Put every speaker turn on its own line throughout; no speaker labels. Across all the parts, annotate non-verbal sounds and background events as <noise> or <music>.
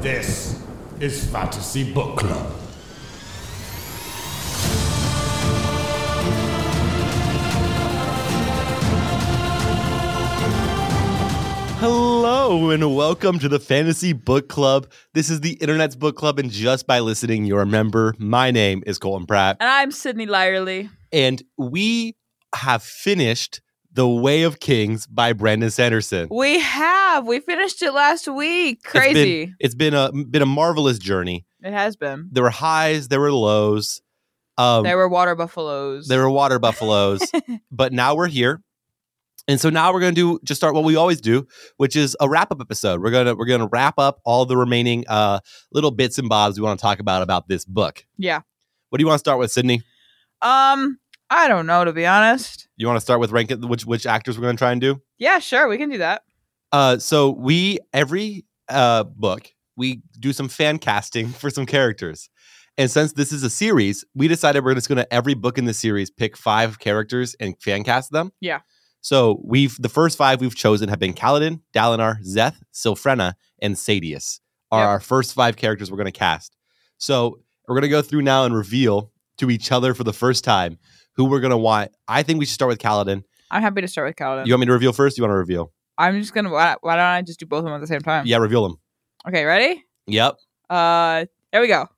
This is Fantasy Book Club.
Hello and welcome to the Fantasy Book Club. This is the internet's book club, and just by listening, you're a member. My name is Colton Pratt,
And I'm Sydney Lyerly.
and we have finished The Way of Kings by Brandon Sanderson.
We have. We finished it last week.
It's been-
Crazy.
It's been, a been a marvelous journey.
it has been.
There were highs, there were lows. Um,
there were water
<laughs>
buffaloes.
There were water buffaloes, but now we're here. And so now we're going to do just start what we always do, which is a wrap up episode. We're going to we're going to wrap up all the remaining uh little bits and bobs we want to talk about about this book.
Yeah.
What do you want to start with, Sydney?
um, I don't know to be honest.
You want to start with rank which which actors we're going to try and do?
Yeah, sure, we can do that.
Uh so we every uh book, we do some fan casting <laughs> for some characters. And since this is a series, we decided we're just going to every book in the series pick five characters and fan cast them.
Yeah.
So we've the first five we've chosen have been Kaladin, Dalinar, Zeth, Silfrena, and Sadius are
Yep.
our first five characters we're going to cast. So we're going to go through now and reveal to each other for the first time who we're going to want. I think we should start with Kaladin.
I'm happy to start with Kaladin.
You want me to reveal first? You want to reveal?
I'm just gonna. Why, why don't I just do both of them at the same time?
Yeah, reveal him.
Okay, ready?
Yep.
Uh, there we go.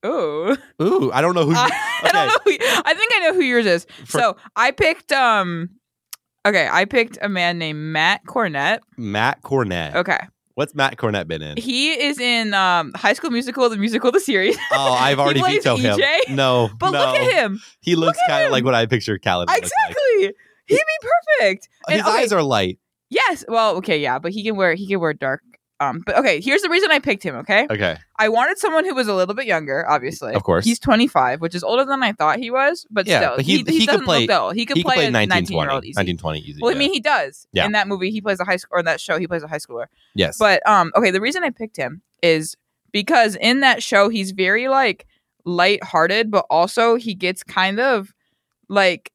<laughs>
Ooh.
Ooh, I don't know who.
<laughs> I, don't know who, I think I know who yours is.
For-
so I picked. Um. Okay, I picked a man named Matt Cornett.
Matt Cornett.
Okay,
What's Matt Cornett been
<laughs>
in?
he is in um, High School Musical, the musical, the series.
oh, I've
He
already
plays
vetoed
EJ?
him. No,
<laughs> But
no.
look at him.
He looks
at
kind of
him.
like what I picture Kaladin. looks like.
Exactly. He'd be perfect.
His
And, okay,
eyes are light.
Yes. Well, okay, yeah, but he can wear he can wear dark. Um, but okay, here's the reason I picked him. Okay,
Okay,
I wanted someone who was a little bit younger. Obviously,
Of course.
he's 25, which is older than I thought he was. But
Yeah,
still,
but he-
he,
he could
he, doesn't
play-
look though. He could
he
play,
can play
a
1920,
19 year old easy.
1920 easy.
well,
yeah.
I mean, he does
Yeah.
in that movie. He plays a high school or in that show. He plays a high schooler.
yes,
But um, okay, the reason I picked him is because in that show he's very like lighthearted, but also he gets kind of like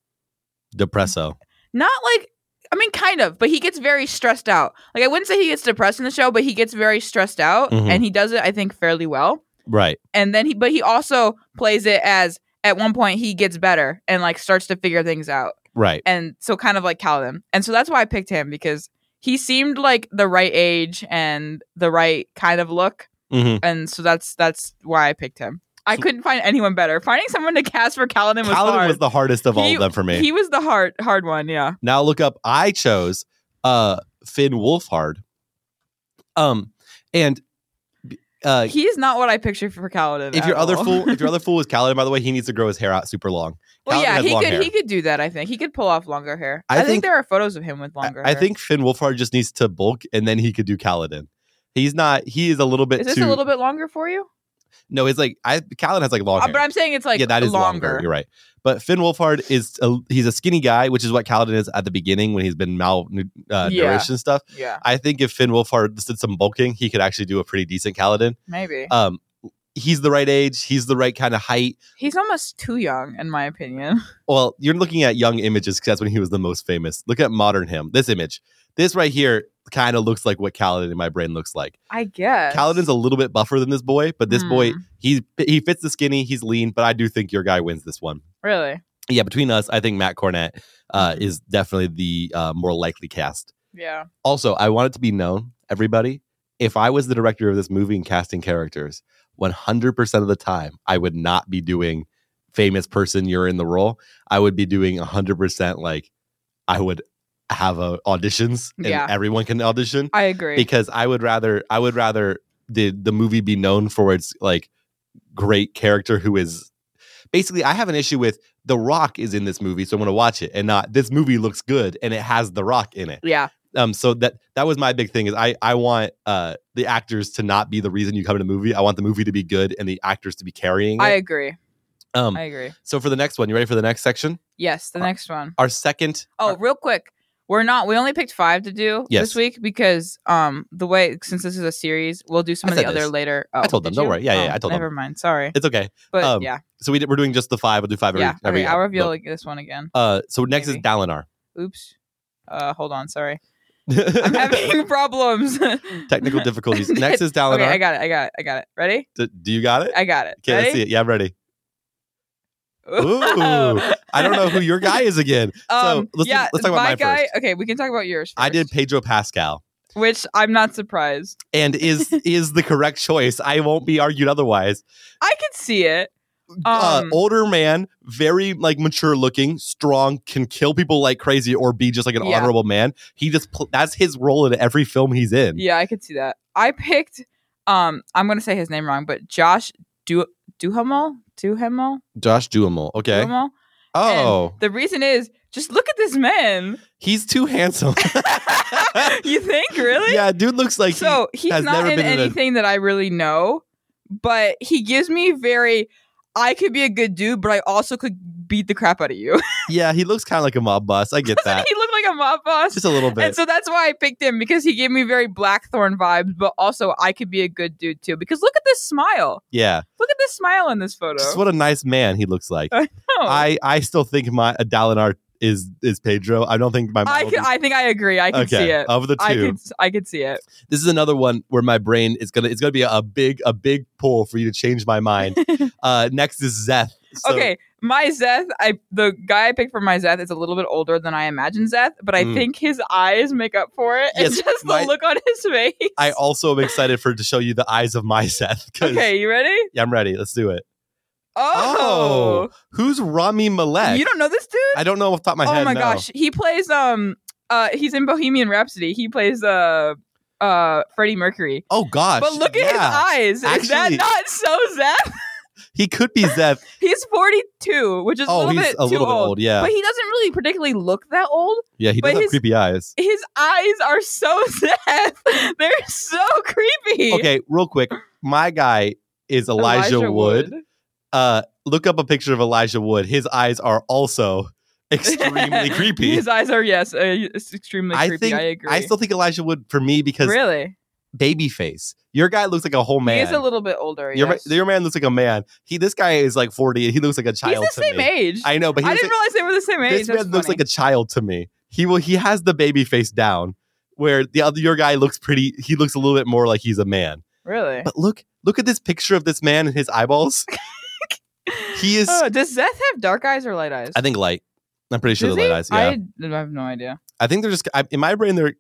depresso.
not like I mean kind of, but he gets very stressed out. Like I wouldn't say he gets depressed in the show, but he gets very stressed out
Mhm.
and he does it I think fairly well.
Right.
And then he but he also plays it as at one point he gets better and like starts to figure things out.
Right.
And so kind of like Calvin. And so that's why I picked him because he seemed like the right age and the right kind of look
Mm-hmm.
and so that's that's why I picked him. I
So-
couldn't find anyone better. Finding someone to cast for Kaladin was hard.
was the hardest of all
He-
of them for me.
He was the hard hard one, yeah.
now look up. I chose uh Finn Wolfhard. Um, and uh,
He is not what I pictured for Kaladin.
if
at
your other
all.
fool, if your other fool is Kaladin, by the way, he needs to grow his hair out super long.
<laughs> well,
Kaladin
yeah,
has
he
long
could
hair.
he could do that. I think he could pull off longer hair.
I
I, think,
think-
there are photos of him with
I,
longer.
I
hair.
think Finn Wolfhard just needs to bulk, and then he could do Kaladin. He's not. He is a little bit
is this
too.
a little bit longer for you?
no, it's like I Kaladin has like long.
Uh,
hair.
but I'm saying it's like
yeah, that is longer.
longer.
You're right. But Finn Wolfhard is a, he's a skinny guy, which is what Kaladin is at the beginning when he's been malnourished uh,
Yeah.
nourished and stuff.
Yeah,
I think if Finn Wolfhard just did some bulking, he could actually do a pretty decent Kaladin.
maybe
Um, he's the right age. He's the right kind of height.
he's almost too young in my opinion. <laughs>
Well, you're looking at young images 'cause that's when he was the most famous. Look at modern him. This image, this right here, kind of looks like what Kaladin in my brain looks like.
I guess
Kaladin's a little bit buffer than this boy, but this boy
Hmm.
he he fits the skinny. He's lean, but I do think your guy wins this one.
really
yeah, between us, I think Matt Cornett
Mm-hmm.
uh, is definitely the uh, more likely cast.
yeah.
Also, I want it to be known, everybody, if I was the director of this movie and casting characters, 100% of the time, I would not be doing famous person, you're in the role. I would be doing 100% like I would have uh, auditions and
Yeah.
everyone can audition
I agree.
because I would rather I would rather the the movie be known for its like great character who is basically I have an issue with The Rock is in this movie, so I'm gonna watch it and not this movie looks good and it has The Rock in it.
yeah,
Um so that that was my big thing is I I want uh the actors to not be the reason you come to the movie. I want the movie to be good and the actors to be carrying
I
it.
agree.
um
I agree.
so for the next one, you ready for the next section?
Yes, the
Uh,
next one.
Our second
Oh, real quick. We're not we only picked 5 to do
Yes.
this week because um the way since this is a series, we'll do some
I
of the
said
other
this.
later. Oh,
told them,
did
don't
you?
worry. Yeah, yeah,
Oh,
yeah, I told them.
Never mind. Sorry.
it's okay.
But
um,
yeah.
So we did, we're doing just the five. We'll do five every
Yeah.
every
okay, I'll reveal
book.
like this one again.
uh so next
maybe.
is Dalinar. <laughs>
Oops. Uh hold on, sorry. I'm having problems. <laughs>
Technical difficulties. Next is Dalinar.
Okay, I got it. I got it. I got it. Ready?
D- do you got it?
I got it.
Okay,
Ready?
let's see it. Yeah, I'm ready.
<laughs>
Ooh. I don't know who your guy is again.
Um,
let's-
yeah,
let's talk about
my
mine
guy.
first.
Okay, we can talk about yours. First,
I did Pedro Pascal,
which I'm not surprised.
and is
<laughs>
is the correct choice. I won't be argued otherwise.
I could see it.
uh,
Um,
older man, very like mature looking, strong, can kill people like crazy, or be just like an
Yeah.
honorable man. He just pl- that's his role in every film he's in.
Yeah, I could see that. I picked. Um, I'm gonna say his name wrong, but Josh Du Duhamel. Duhamel.
Josh Duhamel. Okay.
Duhamel.
Oh,
The reason is just look at this man.
he's too handsome.
you think <laughs> really?
Yeah, dude looks like he-
so he's
has
not
never
in
been in a-
anything that I really know, but he gives me very. I could be a good dude, but I also could beat the crap out of you. <laughs>
yeah, he looks kind of like a mob boss. I get that.
he looked like a mob boss.
Just a little bit.
And so that's why I picked him because he gave me very Blackthorn vibes, but also I could be a good dude too. Because look at this smile.
yeah.
Look at this smile in this photo. Oh.
Just what a nice man he looks like.
No.
I I still think my uh, Dalinar is is Pedro. I don't think my
I,
model
could,
is-
I think I agree. I can
okay
see it.
of the two.
I could I could see it.
this is another one where my brain is gonna it's gonna be a big a big pull for you to change my
<laughs>
mind. uh, next is Zeth. So-
okay, my Zeth, I the guy I picked for my Zeth is a little bit older than I imagine Zeth, but I
Mm.
think his eyes make up for it.
Yes,
and just
my-
the look on his face.
I also am excited for to show you the eyes of my <laughs> Zeth. 'cause-
okay, you ready?
Yeah, I'm ready. Let's do it.
Oh,
Who's Rami Malek?
you don't know this dude?
I don't know off the top of my
oh
head.
my
no.
gosh, he plays um uh he's in Bohemian Rhapsody. He plays uh uh Freddie Mercury.
Oh gosh.
But look at
yeah.
his eyes. Is that
Actually-
not so Zeth?
He could be
<laughs>
Zeth.
He's 42, which is a
oh,
little
he's
bit
a little
too
bit old. Yeah.
But he doesn't really particularly look that old.
yeah, he
but
does have
his-
creepy
<laughs>
eyes.
His eyes are so <laughs> Zeth. They're so creepy.
Okay, real quick. My guy is Elijah, Wood. Uh look up a picture of Elijah Wood. His eyes are
<laughs>
also <laughs> extremely creepy.
His eyes are yes, uh, it's extremely
I
creepy.
think
I agree.
I still think Elijah Wood for me because
really.
baby face. Your guy looks like a whole Oh, man.
He is a little bit older.
your,
yes.
your man looks like a man. He this guy is like 40 and he looks like a
He's
child
the
to
same
me.
age.
I know, but he
I
looks
didn't realize they were the same age.
this man looks like a child to me. He will. He has the baby face down, where the other your guy looks pretty. He looks a little bit more like he's a man.
a really.
But look, look at this picture of this man and his
<laughs>
eyeballs. He is.
Oh, does Zeth have dark eyes or light eyes?
I think light. I'm pretty sure
Does
the
he?
light eyes. Yeah,
I, I have no idea.
I, think they're just I, in my brain. They're.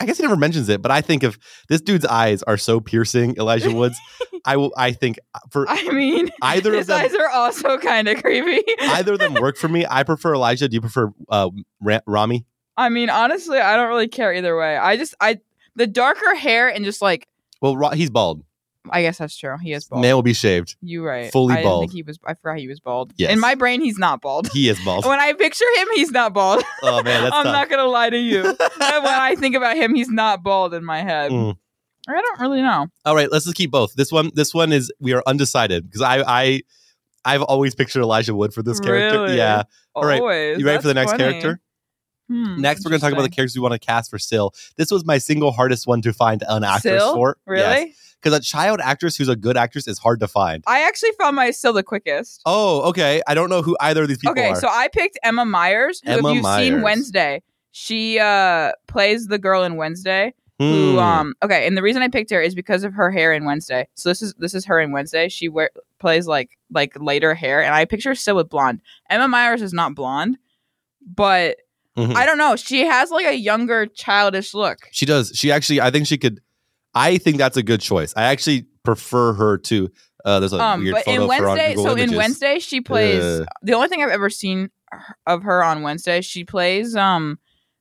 I guess he never mentions it, but I think if this dude's eyes are so piercing,
<laughs>
Elijah Woods, I will. I think uh, for
I <laughs> mean,
Either of
his
them-
eyes are also <laughs> kind of creepy. I,
either of them work for me. I prefer Elijah. Do you prefer uh, Ra- Rami?
mean, honestly, I don't really care either way. I just, I the darker hair and just like,
Well, Ra- he's bald.
I guess that's true. He is bald.
Man will be shaved.
you right.
fully
I didn't
bald.
Think he was. I forgot he was bald.
Yes.
In my brain, he's not bald.
He is
<laughs>
bald.
When I picture him, he's not bald.
Oh man, <laughs> that's
I'm
tough.
not gonna lie
<laughs>
to you. when I think about him, he's not bald in my head.
Mm.
I don't really know.
All right, let's just keep both. This one, this one is we are undecided because I, I, I've always pictured Elijah Wood for this character.
Really?
Yeah. All right,
Always.
you ready for the
That's
next
funny.
character?
Hmm,
<laughs> Next, we're going to talk about the
interesting.
characters we want to cast for Syl. This was my single hardest one to find an actress
Syl?
for.
Really?
Because a child actress who's a good actress is hard to find.
I actually found my still the quickest.
Oh, okay. I don't know who either of these people
okay,
are.
so I picked Emma Myers. Who,
Emma
if you've
Myers.
seen Wednesday, she uh, plays the girl in Wednesday.
Hmm.
Who um okay, and the reason I picked her is because of her hair in Wednesday. So this is this is her in Wednesday. She wear, plays like like lighter hair, and I picture her still with blonde. Emma Myers is not blonde, but
Mhm.
I don't know. She has like a younger, childish look.
She does. She actually, I think she could. I think that's a good choice. I actually prefer her to. Uh, there's a
Um,
weird
but
photo
in
of her on
Wednesday,
Google
so in
Images.
Wednesday she plays
Ugh.
the only thing I've ever seen her- of her on Wednesday. She plays um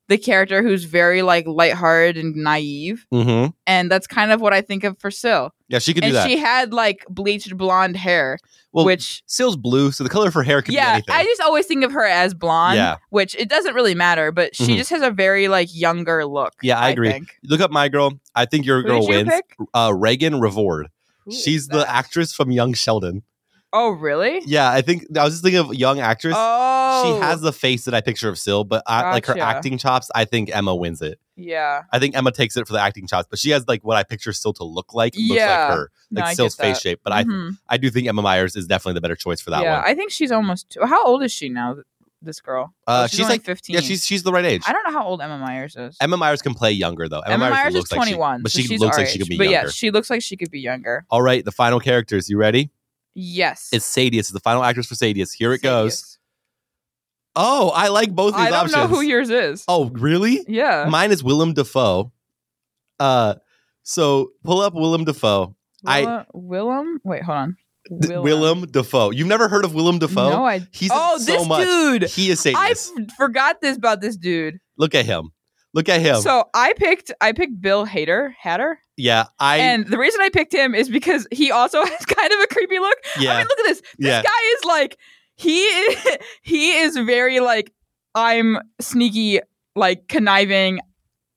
the character who's very like lighthearted and naive,
Mhm.
and that's kind of what I think of for Syl.
Yeah, she could do
And
that.
she had like bleached blonde hair,
Well,
which
Sill's blue, so the color of her hair could be
yeah,
anything.
I just always think of her as blonde,
Yeah.
which it doesn't really matter, but she
Mhm.
just has a very like younger look.
Yeah, I agree.
think.
Look up my girl. I think your
Who
girl
did you
wins.
pick?
Uh, Reagan Revord.
Who is
She's the
that?
actress from Young Sheldon.
Oh, really?
Yeah, I think I was just thinking of young actress.
Oh,
She has the face that I picture of Syl, but I, like her
Gotcha.
acting chops, I think Emma wins it.
yeah.
I think Emma takes it for the acting chops, but she has like what I picture Syl to look like. It Looks
Yeah.
like her,
No,
like
I
Syl's
get that.
face shape. But
Mhm.
I, I do think Emma Myers is definitely the better choice for that
yeah,
one.
I think she's almost. How old is she now? this girl.
Uh,
Oh,
she's,
only
like
15.
yeah, she's she's the right age.
I don't know how old Emma Myers is.
Emma Myers can play younger though.
Emma, Myers, is
looks like she-
21,
but
so
she
she's
looks
our
like she could
age.
be
But
younger.
yeah, she looks like she could be younger.
All right, the final characters. You ready?
Yes.
It's Sadius. The final actress for Sadius. Here it
Sadius.
goes. Oh, I like both these
I don't
options.
know who yours is.
oh, really?
yeah.
Mine is Willem Dafoe. Uh, so pull up Willem Dafoe. I-
Willa- Willem. Wait, hold on.
D- Willem, Dafoe. You've never heard of Willem Dafoe?
No, I.
He's in
oh,
so
this
much.
dude.
He is
I
Sadius.
f- forgot this about this dude.
Look at him. Look at him.
So I picked I picked Bill Hader, Hatter,
yeah, I
and the reason I picked him is because he also <laughs> has kind of a creepy look.
yeah.
I mean, look at this. This
Yeah.
guy is like he is, <laughs> he is very like I'm sneaky, like conniving.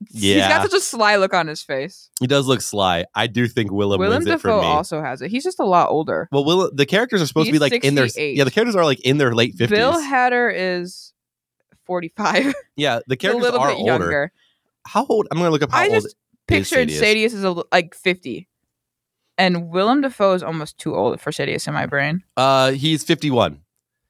He's
Yeah.
got such a sly look on his face.
he does look sly. I do think Willem,
Willem
wins it for
Dafoe
me.
also has it. He's just a lot older.
Well, Willem, the characters are supposed to be
He's
like in their
68.
yeah. The characters are like in their late fifties.
Bill Hader is 45.
yeah, the
a
characters
little
are
bit
older.
younger.
How old? I'm gonna look up how
I
old.
just pictured
Sadius?
Sadius as a, li- like 50. And Willem Dafoe is almost too old for Sadius in my brain.
Uh, he's 51.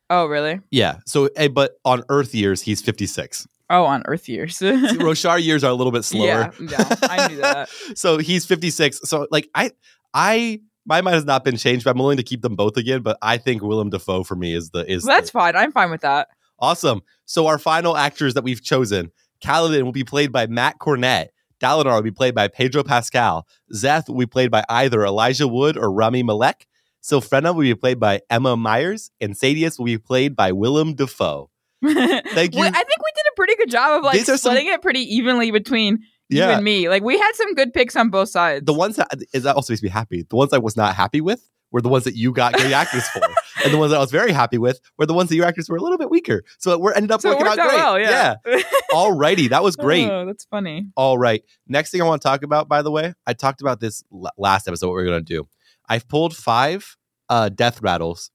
Oh, really?
Yeah. So, eh, but on Earth years, he's
<laughs>
56.
Oh, on Earth years. <laughs>
Roshar years are a little bit
Yeah,
slower.
yeah, I knew that. <laughs>
so he's 56. So, like, I, I, my mind has not been changed, but I'm willing to keep them both again. But I think Willem Dafoe for me is the is
Well, that's
the-
fine. I'm fine with that. <laughs>
awesome. So our final actors that we've chosen, Kaladin will be played by Matt Cornett. Dalinar will be played by Pedro Pascal. Zeth will be played by either Elijah Wood or Rami Malek. Silfrena will be played by Emma Myers, and Sadius will be played by Willem Dafoe.
Thank
you.
I think we did a pretty good job of like
These are some-
splitting it pretty evenly between you and me. Like we had some good picks on both sides.
the ones that is that also makes me happy. The ones I was not happy with were the ones that you got great actors
<laughs>
for, and the ones that I was very happy with were the ones that your actors were a little bit weaker. So it we're ended up
so it
working
worked
out
out
great.
well. Yeah.
Alrighty, that was great.
<laughs> Oh, that's funny.
All right. Next thing I want to talk about, by the way, I talked about this l- last episode. What we are going to do? I've pulled five uh, death rattles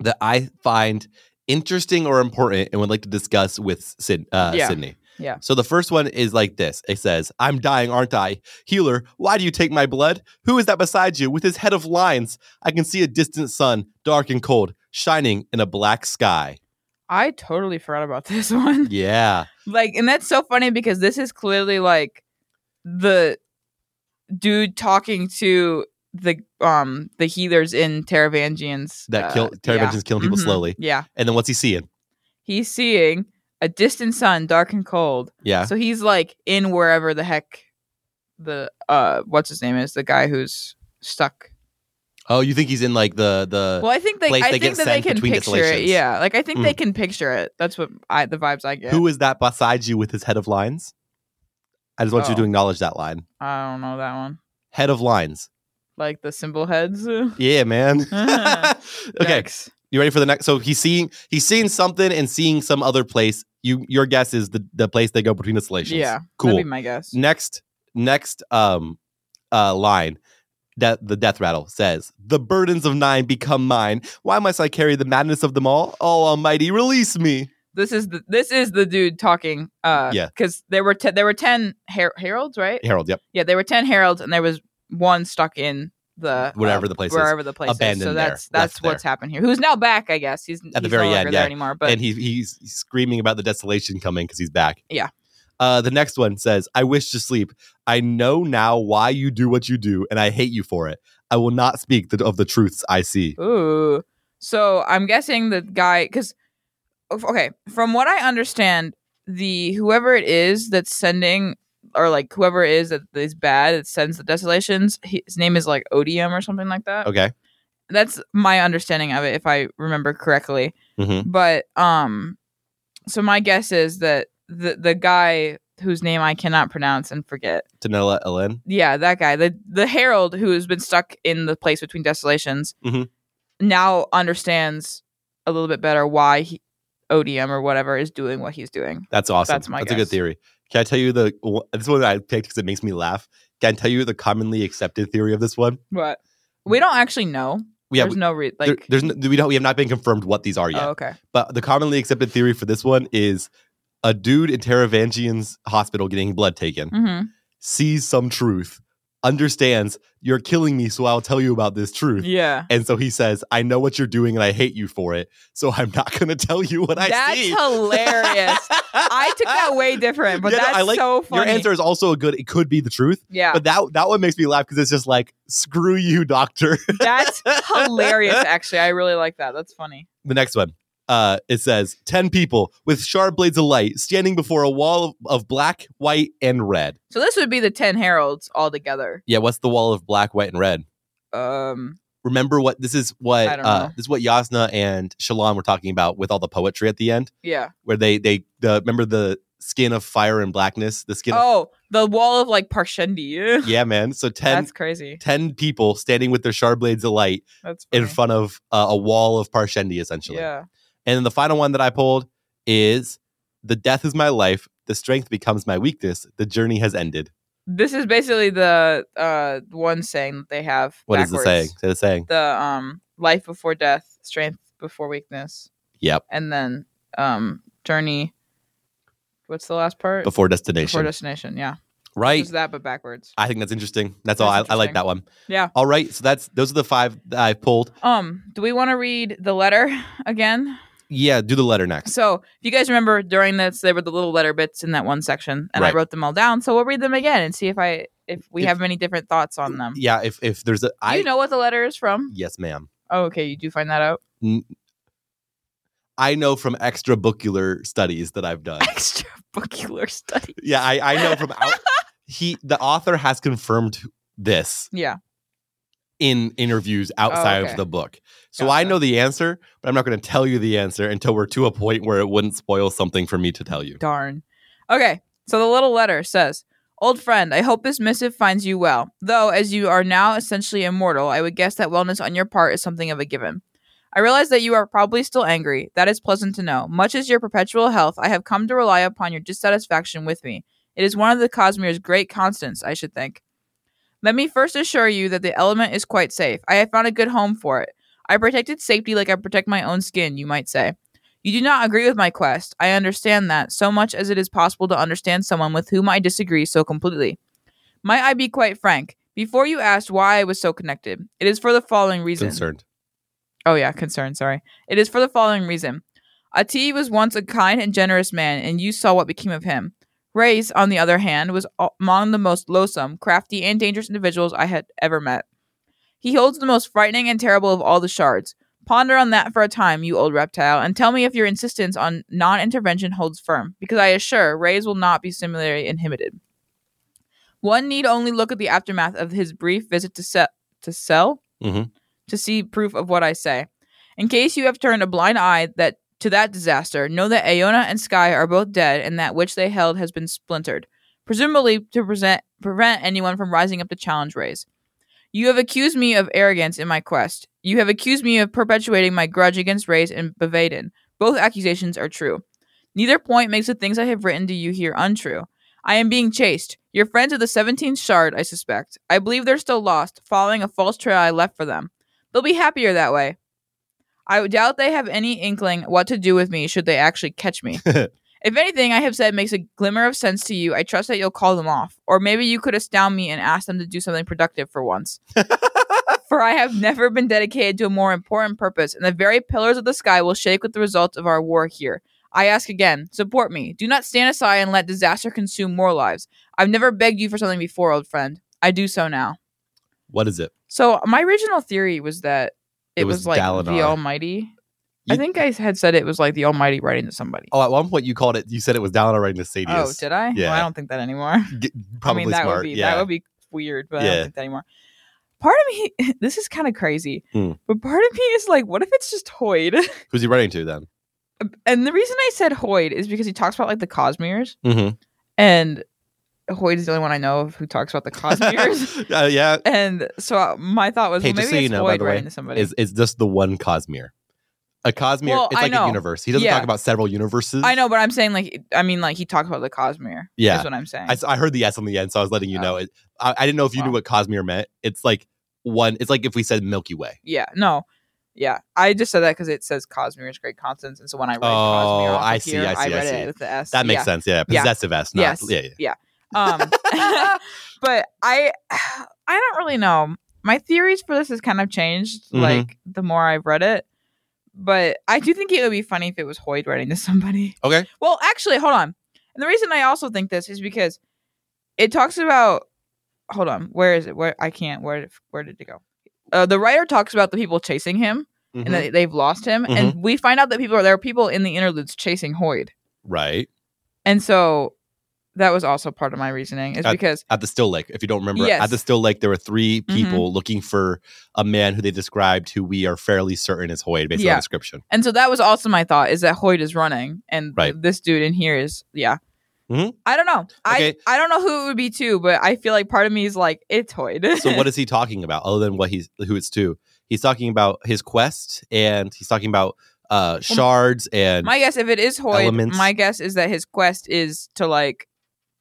that I find interesting or important, and would like to discuss with Sid, uh,
Yeah.
Sydney.
Yeah.
So the first one is like this. It says, "I'm dying, aren't I? Healer, why do you take my blood? Who is that beside you with his head of lines? I can see a distant sun, dark and cold, shining in a black sky."
I totally forgot about this <laughs> one.
Yeah.
Like, and that's so funny because this is clearly like the dude talking to the um the healers in Taravangians uh,
That kill- Taravangian's killing people
Mm-hmm.
slowly.
Yeah,
And then what's he seeing?
he's seeing a distant sun, dark and cold.
Yeah.
So he's like in wherever the heck the uh what's his name is the guy who's stuck.
Oh, you think he's in like the the
Well, I think they
Place
I
they
think
get
that they
sent
can
between
picture it.
desolations. Hmm.
Yeah, like I think they can picture it. That's what I the vibes I get.
Who is that beside you with his head of lines? I just want you
Oh.
to acknowledge that line.
I don't know that one.
Head of lines.
Like the symbol heads. <laughs>
Yeah, man. <laughs> okay.
Yikes.
You ready for the next? So he's seeing he's seeing something and seeing some other place. You your guess is the, the place they go between installations.
Yeah.
Cool.
That'd be my guess.
next next um uh line that the death rattle says the burdens of nine become mine why must i carry the madness of them all oh almighty release me
This is the this is the dude talking. Uh,
Yeah.
Because there were te- there were ten her- heralds, right?
harold yep
Yeah, there were ten heralds, and there was one stuck in the
Whatever
uh,
the place is.
wherever the place
Abandoned
is. So
there.
that's that's
Left
what's happened here. Who's now back? I guess he's
the
he's
very
no longer
end,
there
yeah.
anymore. But
and he, he's screaming about the desolation coming because he's back.
Yeah.
Uh, the next one says, I wish to sleep. I know now why you do what you do, and I hate you for it. I will not speak the, of the truths I see.
Ooh. So I'm guessing the guy because okay, from what I understand, the whoever it is that's sending or like whoever it is that is bad that sends the desolations, he- his name is like Odium or something like that.
Okay.
That's my understanding of it, if I remember correctly.
hmm
But um, so my guess is that the the guy whose name I cannot pronounce and forget
Tanella Ellen.
yeah, that guy, the the herald who has been stuck in the place between desolations,
Mhm.
now understands a little bit better why he, ODM or whatever is doing what he's doing.
That's awesome.
That's my
a good
guess.
theory. Can I tell you the wh- this one I picked because it makes me laugh? Can I tell you the commonly accepted theory of this one?
But we don't actually know.
We have
There's no re-
there-
like.
there's no, we don't we have not been confirmed what these are yet.
oh, okay.
But the commonly accepted theory for this one is a dude in Taravangian's hospital getting blood taken.
hmm
sees some truth understands you're killing me, so I'll tell you about this truth.
Yeah.
And so he says, I know what you're doing and I hate you for it. So <laughs> I'm not going to tell you what I
that's
see. <laughs>
hilarious. I took that way different, but
Yeah, no,
that's
I like
so
Your
funny.
answer is also a good, it could be the truth.
yeah,
But that, that one makes me laugh because it's just like, screw you, doctor. <laughs>
that's hilarious. Actually, I really like that. That's funny.
the next one. Uh, it says 10 people with sharp blades of light standing before a wall of, of black, white, and red.
So this would be the ten heralds all together.
Yeah, what's the wall of black, white, and red?
Um,
Remember what this is what
I don't
uh,
know.
this is what Yasna and Shalon were talking about with all the poetry at the end,
yeah.
where they they the, remember the skin of fire and blackness, the skin.
Oh, the wall of like Parshendi. <laughs>
of, <laughs> yeah, man. So 10,
Oh. that's crazy.
10 people standing with their sharp blades of light
That's
in
funny.
front of uh, a wall of Parshendi, essentially.
Yeah.
And then the final one that I pulled is the death is my life, the strength becomes my weakness, the journey has ended.
This is basically the uh one saying that they have.
What is
backwards.
the saying? Say the saying.
The um life before death, strength before weakness,
Yep.
and then um journey. What's the last part?
Before destination.
Before destination. Yeah.
right.
Just that, but backwards.
I think that's interesting. That's,
That's
all. I, I like
interesting.
that one.
Yeah.
All right. So that's those are the five that I pulled.
Um, do we want to read the letter again?
Yeah. Do the letter next.
So, if you guys remember during this, there were the little letter bits in that one section, and
Right.
I wrote them all down. So we'll read them again and see if I if we
If-
have any different thoughts on them.
Yeah. If if there's a I
Do you know what the letter is from?
yes, ma'am.
Oh, okay, you do find that out.
I know from extra bookular studies that I've done.
<laughs> Extra bookular study.
yeah. I I know from
<laughs>
out. He the author has confirmed this
Yeah.
in interviews outside
okay.
of the book. So I
Gotcha.
know the answer, but I'm not going to tell you the answer until we're to a point where it wouldn't spoil something for me to tell you.
Darn. Okay, so the little letter says, Old friend, I hope this missive finds you well. Though, as you are now essentially immortal, I would guess that wellness on your part is something of a given. I realize that you are probably still angry. That is pleasant to know. Much as your perpetual health, I have come to rely upon your dissatisfaction with me. It is one of the Cosmere's great constants, I should think. Let me first assure you that the element is quite safe. I have found a good home for it. I protect its safety like I protect my own skin, you might say. You do not agree with my quest. I understand that, so much as it is possible to understand someone with whom I disagree so completely. Might I be quite frank? Before you asked why I was so connected, it is for the following reason.
Concerned.
Oh yeah, concern. Sorry. It is for the following reason. Ati was once a kind and generous man, and you saw what became of him. Reis, on the other hand, was a- among the most loathsome, crafty, and dangerous individuals I had ever met. He holds the most frightening and terrible of all the shards. Ponder on that for a time, you old reptile, and tell me if your insistence on non intervention holds firm, because I assure Reis will not be similarly inhibited. One need only look at the aftermath of his brief visit to, se- to Sel
Mhm.
to see proof of what I say. In case you have turned a blind eye that to that disaster, know that Aona and Sky are both dead, and that which they held has been splintered, presumably to present, prevent anyone from rising up to challenge Rays. You have accused me of arrogance in my quest. You have accused me of perpetuating my grudge against Rays and Bevaden. Both accusations are true. Neither point makes the things I have written to you here untrue. I am being chased. Your friends of the 17th Shard, I suspect. I believe they're still lost, following a false trail I left for them. They'll be happier that way. I doubt they have any inkling what to do with me should they actually catch me. if anything I have said makes a glimmer of sense to you, I trust that you'll call them off. Or maybe you could astound me and ask them to do something productive for once. for I have never been dedicated to a more important purpose, and the very pillars of the sky will shake with the results of our war here. I ask again, support me. Do not stand aside and let disaster consume more lives. I've never begged you for something before, old friend. I do so now.
What is it?
So my original theory was that
It
it,
was
was, like
Dalinar.
the Almighty. I
You-
think I had said it was like the Almighty writing to somebody.
Oh, at one point you called it. You said it was down writing to Sadius.
Oh, did I?
Yeah.
Well, I don't think that anymore. <laughs>
G-
I
probably
mean, that
smart.
would be
yeah.
that would be weird, but I
Yeah.
don't think that anymore. Part of me, <laughs> this is kind of crazy,
Hmm.
but part of me is like, what if it's just Hoyd? <laughs>
Who's he writing to then?
and the reason I said Hoyd is because he talks about like the Cosmeres,
Mm-hmm.
and Hoyd is the only one I know of who talks
<laughs>
about the Cosmeres.
uh, yeah,
<laughs> and so uh, my thought was,
Hey,
well,
just
maybe
so you
it's
know, by
Hoyd
the way,
writing to somebody.
is it's just the one Cosmere. A Cosmere,
Well,
it's
I
like a
know.
universe. He doesn't
Yeah.
talk about several universes.
I know, but I'm saying like I mean like he talks about the Cosmere.
Yeah.
is what I'm saying.
I, s- I heard the S on the end, so I was letting you
Oh.
know. It, I, I didn't know if you knew
Wow.
what Cosmere meant. It's like one. It's like if we said Milky Way.
yeah, no, yeah. I just said that because it says Cosmere is great constants, and so when I read Cosmere,
Oh,
off of
I see,
here,
I see, I
read
see.
it with the S.
That makes
yeah.
sense. Yeah,
Yeah.
possessive S. Not,
<laughs> Yes.
Yeah. yeah.
Um, but I, <sighs> I don't really know. My theories for this has kind of changed,
Mhm.
like the more I've read it. But I do think it would be funny if it was Hoyt writing to somebody.
Okay.
Well, actually, hold on. And the reason I also think this is because it talks about. Hold on, where is it? Where I can't. Where where did it go? Uh, the writer talks about the people chasing him
Mhm.
and that they've lost him,
Mm-hmm.
and we find out that people there are people in the interludes chasing Hoyt,
right
and so that was also part of my reasoning is
Uh,
because
at the still lake. If you don't remember,
Yes.
at the still lake, there were three
Mhm.
people looking for a man who they described who we are fairly certain is Hoyt based on
Yeah.
the description.
And so that was also my thought is that Hoyt is running and
Right.
this dude in here is yeah.
Mhm.
I don't know.
Okay.
I I don't know who it would be too, but I feel like part of me is like it's Hoyt.
So what is he talking about other than what he's who it's to? He's talking about his quest and he's talking about uh shards and
my guess if it is Hoyt,
Elements.
my guess is that his quest is to like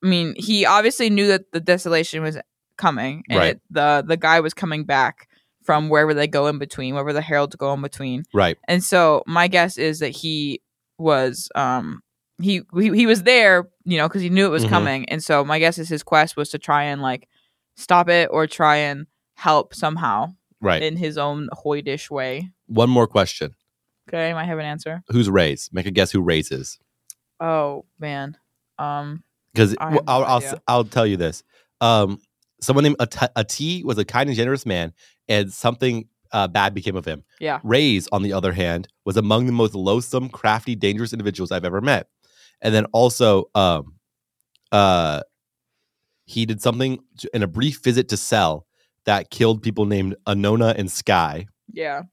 I mean, he obviously knew that the desolation was coming and
Right.
it- the the guy was coming back from wherever they go in between, wherever the heralds go in between.
right.
And so my guess is that he was um he he, he was there, you know, cuz he knew it was
Mhm.
coming. And so my guess is his quest was to try and like stop it or try and help somehow
Right.
in his own hoidish way.
One more question.
Okay, I might have an answer.
Who's Ray's? Make a guess who Ray's is.
Oh, man. Um
Because
I
I'll
have no
I'll, s-
idea.
I'll tell you this. Um someone named At- Ati was a kind and generous man and something uh, bad became of him.
yeah.
Ray's, on the other hand, was among the most loathsome, crafty, dangerous individuals I've ever met. And then also, um, uh, he did something to- in a brief visit to Cell that killed people named Anona and Sky.
Yeah.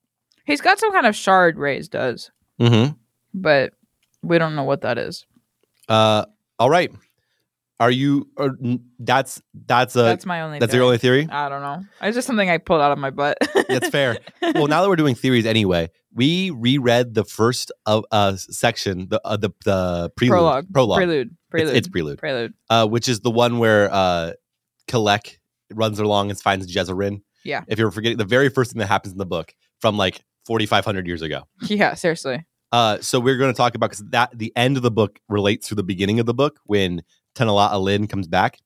He's got some kind of shard raise does,
Mm-hmm.
but we don't know what that is.
Uh, all right. Are you? Or, n- that's that's a that's,
that's my only
your
theory.
only theory.
<laughs> I don't know. It's just something I pulled out of my butt.
<laughs> That's
<laughs>
fair. well, now that we're doing theories anyway, we reread the first of uh, section, the uh, the the prelude,
Prologue.
prologue.
prelude.
It's-
Prelude.
it's prelude.
prelude.
uh, which is the one where uh, Kalek runs along and finds Jezerin.
Yeah.
If you're forgetting, the very first thing that happens in the book from like 4,500 years ago.
Yeah, seriously.
Uh, so we're going to talk about because that the end of the book relates to the beginning of the book when Tenala Alin comes back.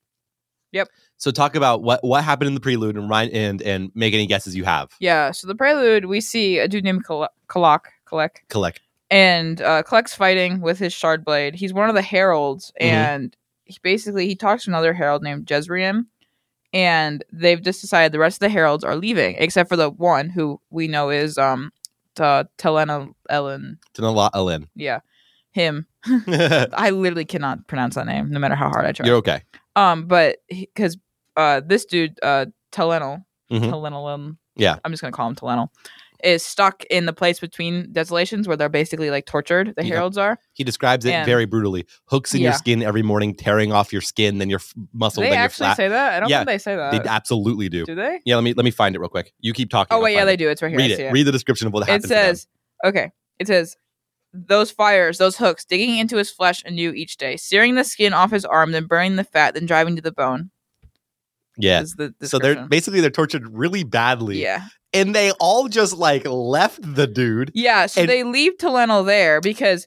Yep.
So talk about what what happened in the prelude and remind and and make any guesses you have.
Yeah. So the prelude, we see a dude named Kal- Kalak, Kalek,
Kalek.
and uh, Kalek's fighting with his shard blade. He's one of the heralds,
Mhm.
and he basically he talks to another herald named Jezream, and they've just decided the rest of the heralds are leaving, except for the one who we know is um uh, Telena Ellen.
Tenala Alin. <laughs>
Yeah, him. I literally cannot pronounce that name, no matter how hard I try.
you're okay.
Um, but because uh, this dude, uh, Telenel,
Mhm.
Telenelum,
Yeah.
I'm just gonna call him Telenel, is stuck in the place between desolations where they're basically like tortured. The
Yeah.
heralds are.
He describes it
And-
very brutally. Hooks in your
Yeah.
skin every morning, tearing off your skin, then your f- muscle,
they
then your
actually
flat.
say that. I don't
Yeah,
think they say that.
They absolutely do.
do they?
Yeah, let me let me find it real quick. You keep talking.
Oh wait, yeah, they do. It's right here.
Read
I see
it. Read the description of what happened.
it says okay it says those fires those hooks digging into his flesh anew each day searing the skin off his arm then burning the fat then driving to the bone
Yeah.
is the
So they're
description.
basically they're tortured really badly,
yeah
and they all just like left the dude.
yeah so
And-
they leave Telenel there because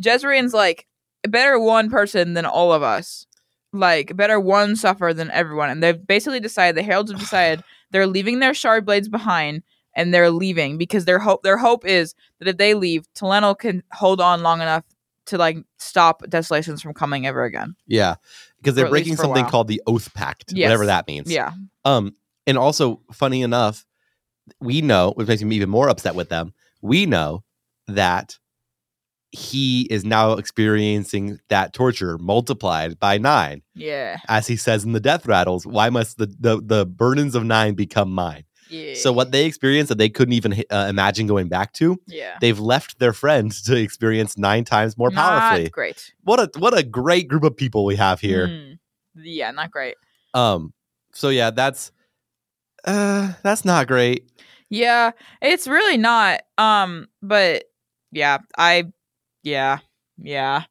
Jezreen's like better one person than all of us like better one suffer than everyone and they've basically decided the
<sighs>
heralds have decided they're leaving their shard blades behind and they're leaving because their hope their hope is that if they leave, Telenel can hold on long enough to like stop desolations from coming ever again.
Yeah, because
Or
they're
at least
breaking
for a
something
while.
called the oath pact,
Yes.
whatever that means.
Yeah.
Um, and also funny enough, we know which makes me even more upset with them. We know that he is now experiencing that torture multiplied by nine.
Yeah.
as he says in the death rattles, why must the, the, the burdens of nine become mine?
Yeah.
So, what they experienced that they couldn't even hi- uh, imagine going back to,
Yeah.
they've left their friend to experience nine times more powerfully.
Not great.
What a what a great group of people we have here.
Mm. Yeah, not great.
Um, so yeah, that's uh, that's not great.
Yeah, it's really not. Um, but yeah, I, yeah, yeah,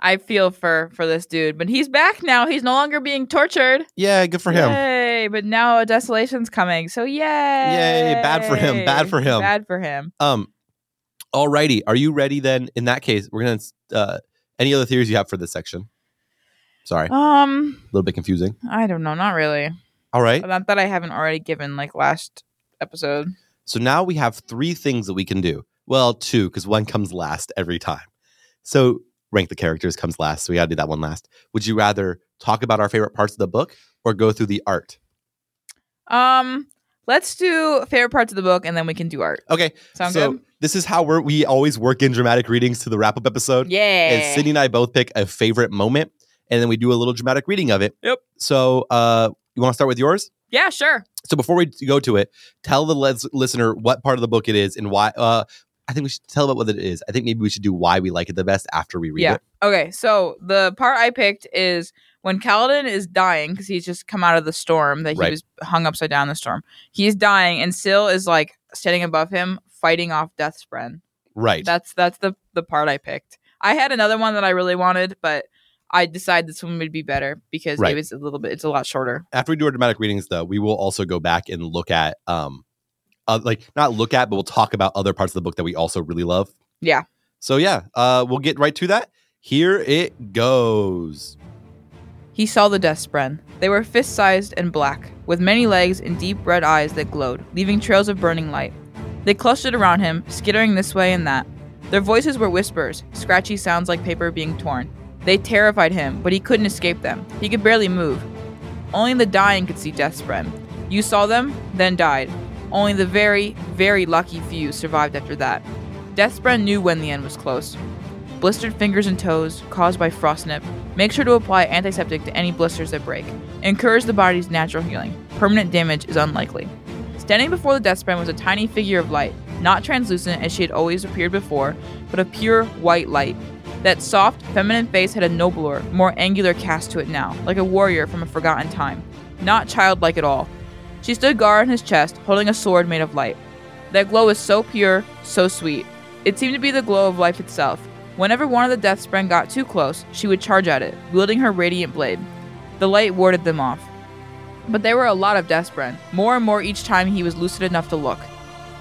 I feel for for this dude. But he's back now. He's no longer being tortured.
Yeah, good for him.
Yay! But now a desolation's coming. So yay! Yay!
bad for him, bad for him.
Bad for him.
Um, alrighty, are you ready? Then in that case, we're gonna uh, any other theories you have for this section? Sorry, a
Um,
little bit confusing.
I don't know. Not really.
All right.
Not that I haven't already given like last episode.
So now we have three things that we can do. Well, two, because one comes last every time. So rank the characters comes last. So we got to do that one last. Would you rather talk about our favorite parts of the book or go through the art?
Um, let's do favorite parts of the book and then we can do art.
Okay.
Sound
so
good?
this is how we're, we always work in dramatic readings to the wrap up episode.
Yeah.
And Sydney and I both pick a favorite moment and then we do a little dramatic reading of it.
Yep.
So uh, you want to start with yours?
yeah, sure.
So before we go to it, tell the les- listener what part of the book it is and why. Uh, I think we should tell about what it is. I think maybe we should do why we like it the best after we read
Yeah.
it.
Okay, so the part I picked is when Kaladin is dying because he's just come out of the storm that he
Right.
was hung upside down in the storm. He's dying, and Syl is like standing above him, fighting off Death's friend.
Right.
That's that's the the part I picked. I had another one that I really wanted, but I decided this one would be better because
Right.
it was a little bit. It's a lot shorter.
after we do our dramatic readings, though, we will also go back and look at, um, uh, like not look at, but we'll talk about other parts of the book that we also really love.
Yeah.
So yeah, uh, we'll get right to that. Here it goes.
He saw the death spren. They were fist sized and black, with many legs and deep red eyes that glowed, leaving trails of burning light. They clustered around him, skittering this way and that. Their voices were whispers, scratchy sounds like paper being torn. They terrified him, but he couldn't escape them. He could barely move. Only the dying could see death spren. You saw them, then died. Only the very, very lucky few survived after that. Death spren knew when the end was close. Blistered fingers and toes, caused by frost nip, Make sure to apply antiseptic to any blisters that break. Encourage the body's natural healing. Permanent damage is unlikely. Standing before the death spren was a tiny figure of light, not translucent as she had always appeared before, but of pure white light. That soft, feminine face had a nobler, more angular cast to it now, like a warrior from a forgotten time. Not childlike at all. She stood guard on his chest, holding a sword made of light. That glow was so pure, so sweet. It seemed to be the glow of life itself. Whenever one of the Death Spren got too close, she would charge at it, wielding her radiant blade. The light warded them off. But there were a lot of Death Spren, more and more each time he was lucid enough to look.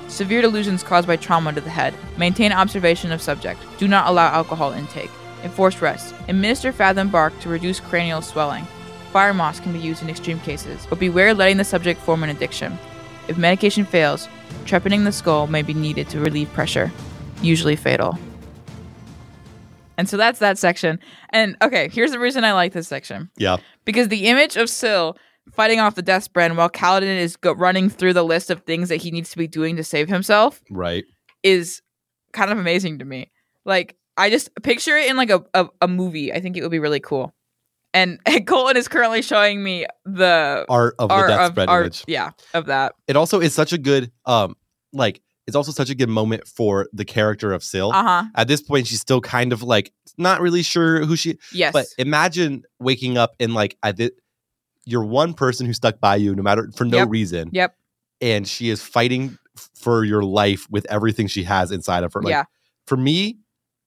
Severe delusions caused by trauma to the head. Maintain observation of subject. Do not allow alcohol intake. Enforce rest. Administer fathom bark to reduce cranial swelling. Fire moss can be used in extreme cases, but beware letting the subject form an addiction. If medication fails, trepanning the skull may be needed to relieve pressure, usually fatal. And so that's that section. And okay, here's the reason I like this section
Yeah.
because the image of Syl fighting off the Death Spren while Kaladin is go- running through the list of things that he needs to be doing to save himself
Right.
is kind of amazing to me. Like I just picture it in like a, a, a movie. I think it would be really cool. And, <laughs> and Colton is currently showing me the
Art of
art
the death
of
spread
art,
image.
yeah, of that.
It also is such a good, um, like it's also such a good moment for the character of Syl.
Uh huh.
At this point, she's still kind of like not really sure who she
Yes.
But imagine waking up and like I did, you're one person who stuck by you no matter for no
Yep.
reason.
Yep.
And she is fighting f- for your life with everything she has inside of her. Like,
yeah.
For me,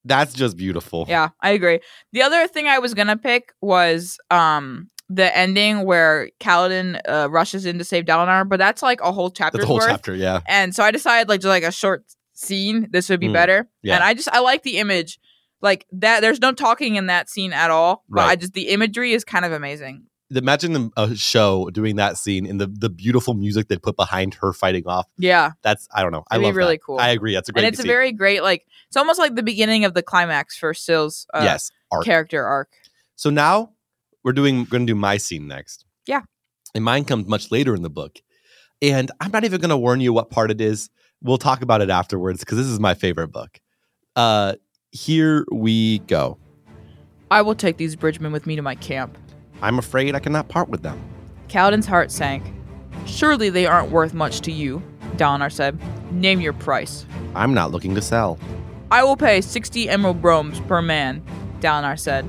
that's just beautiful.
Yeah, I agree. The other thing I was gonna pick was um the ending where Kaladin uh, rushes in to save Dalinar, but that's like a whole chapter
That's the whole
worth.
chapter. Yeah.
And so I decided like just like a short scene, this would be
Mm,
better.
yeah.
And I just I like the image. Like that there's no talking in that scene at all. But I
Right.
just the imagery is kind of amazing.
Imagine the, a show doing that scene and the, the beautiful music they put behind her fighting off.
Yeah.
That's, I don't know. I
It'd be
love that.
really cool.
I agree. That's a great
and it's a
scene.
very great like it's almost like the beginning of the climax for Sill's uh,
yes. Arc.
character arc.
So now we're doing going to do my scene next.
Yeah.
And mine comes much later in the book. And I'm not even going to warn you what part it is. We'll talk about it afterwards because this is my favorite book. Uh here we go.
I will take these bridgemen with me to my camp.
I'm afraid I cannot part with them.
Kaladin's heart sank. Surely they aren't worth much to you, Dalinar said. Name your price.
I'm not looking to sell.
I will pay 60 emerald bromes per man, Dalinar said.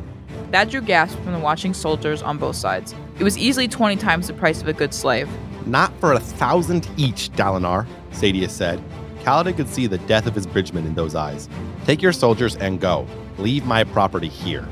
That drew gasps from the watching soldiers on both sides. It was easily 20 times the price of a good slave.
Not for a thousand each, Dalinar, Sadia said. Kaladin could see the death of his bridgeman in those eyes. Take your soldiers and go. Leave my property here.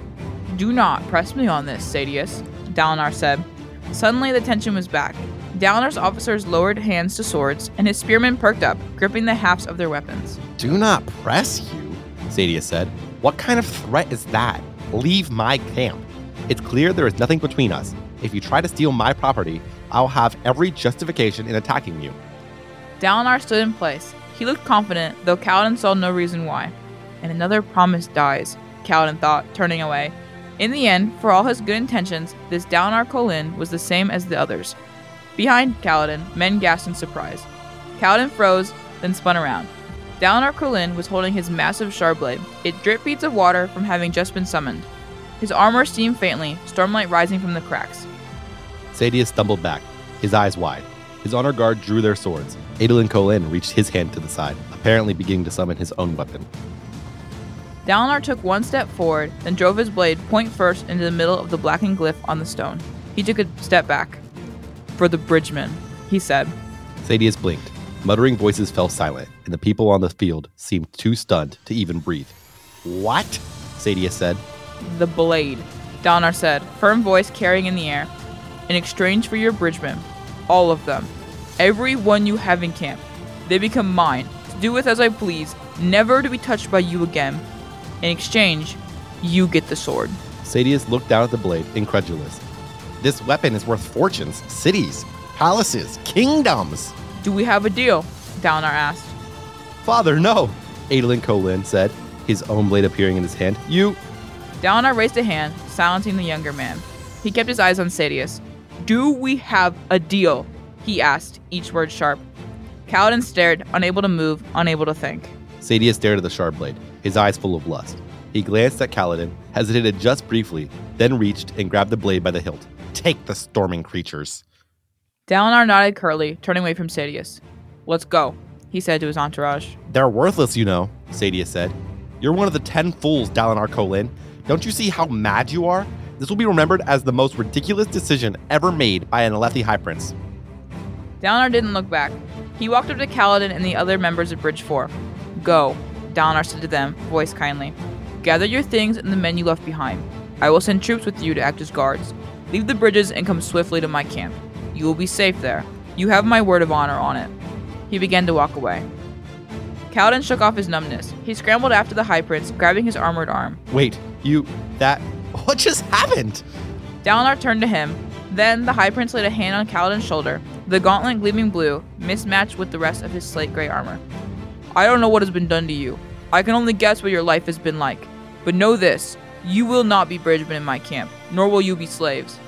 Do not press me on this, Sadius, Dalinar said. Suddenly the tension was back. Dalinar's officers lowered hands to swords, and his spearmen perked up, gripping the hafts of their weapons.
Do not press you, Sadia said. What kind of threat is that? Leave my camp. It's clear there is nothing between us. If you try to steal my property, I'll have every justification in attacking you.
Dalinar stood in place. He looked confident, though Kaladin saw no reason why. And another promise dies, Kaladin thought, turning away. In the end, for all his good intentions, this Dalinar Colin was the same as the others. Behind Kaladin, men gasped in surprise. Kaladin froze, then spun around. Dalinar Colin was holding his massive shard blade. It dripped beads of water from having just been summoned. His armor steamed faintly, stormlight rising from the cracks.
Sadius stumbled back, his eyes wide. His honor guard drew their swords. Adolin Colin reached his hand to the side, apparently beginning to summon his own weapon.
Dalinar took one step forward, then drove his blade point first into the middle of the blackened glyph on the stone. He took a step back. For the bridgeman, he said.
Sadius blinked. Muttering voices fell silent, and the people on the field seemed too stunned to even breathe. What? Sadius said.
The blade, Dalinar said, firm voice carrying in the air. In exchange for your bridgemen, all of them, every one you have in camp, they become mine, to do with as I please, never to be touched by you again. In exchange, you get the sword.
Sadius looked down at the blade, incredulous. This weapon is worth fortunes, cities, palaces, kingdoms.
Do we have a deal? Dalinar asked.
Father, no, Adolin Colin said, his own blade appearing in his hand. You.
Dalinar raised a hand, silencing the younger man. He kept his eyes on Sadius. Do we have a deal? He asked, each word sharp. Kaladin stared, unable to move, unable to think.
Sadius stared at the shard blade, his eyes full of lust. He glanced at Kaladin, hesitated just briefly, then reached and grabbed the blade by the hilt. Take the storming creatures.
Dalinar nodded curtly, turning away from Sadius. Let's go, he said to his entourage.
They're worthless, you know, Sadius said. You're one of the ten fools, Dalinar Colin. Don't you see how mad you are? This will be remembered as the most ridiculous decision ever made by an Alethi High Prince.
Dalinar didn't look back. He walked up to Kaladin and the other members of Bridge 4. Go, Dalinar said to them, voice kindly. Gather your things and the men you left behind. I will send troops with you to act as guards. Leave the bridges and come swiftly to my camp. You will be safe there. You have my word of honor on it. He began to walk away. Kaladin shook off his numbness. He scrambled after the High Prince, grabbing his armored arm.
Wait, you. that. <laughs> What just happened?
Dalinar turned to him. Then the High Prince laid a hand on Kaladin's shoulder, the gauntlet gleaming blue, mismatched with the rest of his slate gray armor. I don't know what has been done to you. I can only guess what your life has been like. But know this you will not be bridgemen in my camp, nor will you be slaves.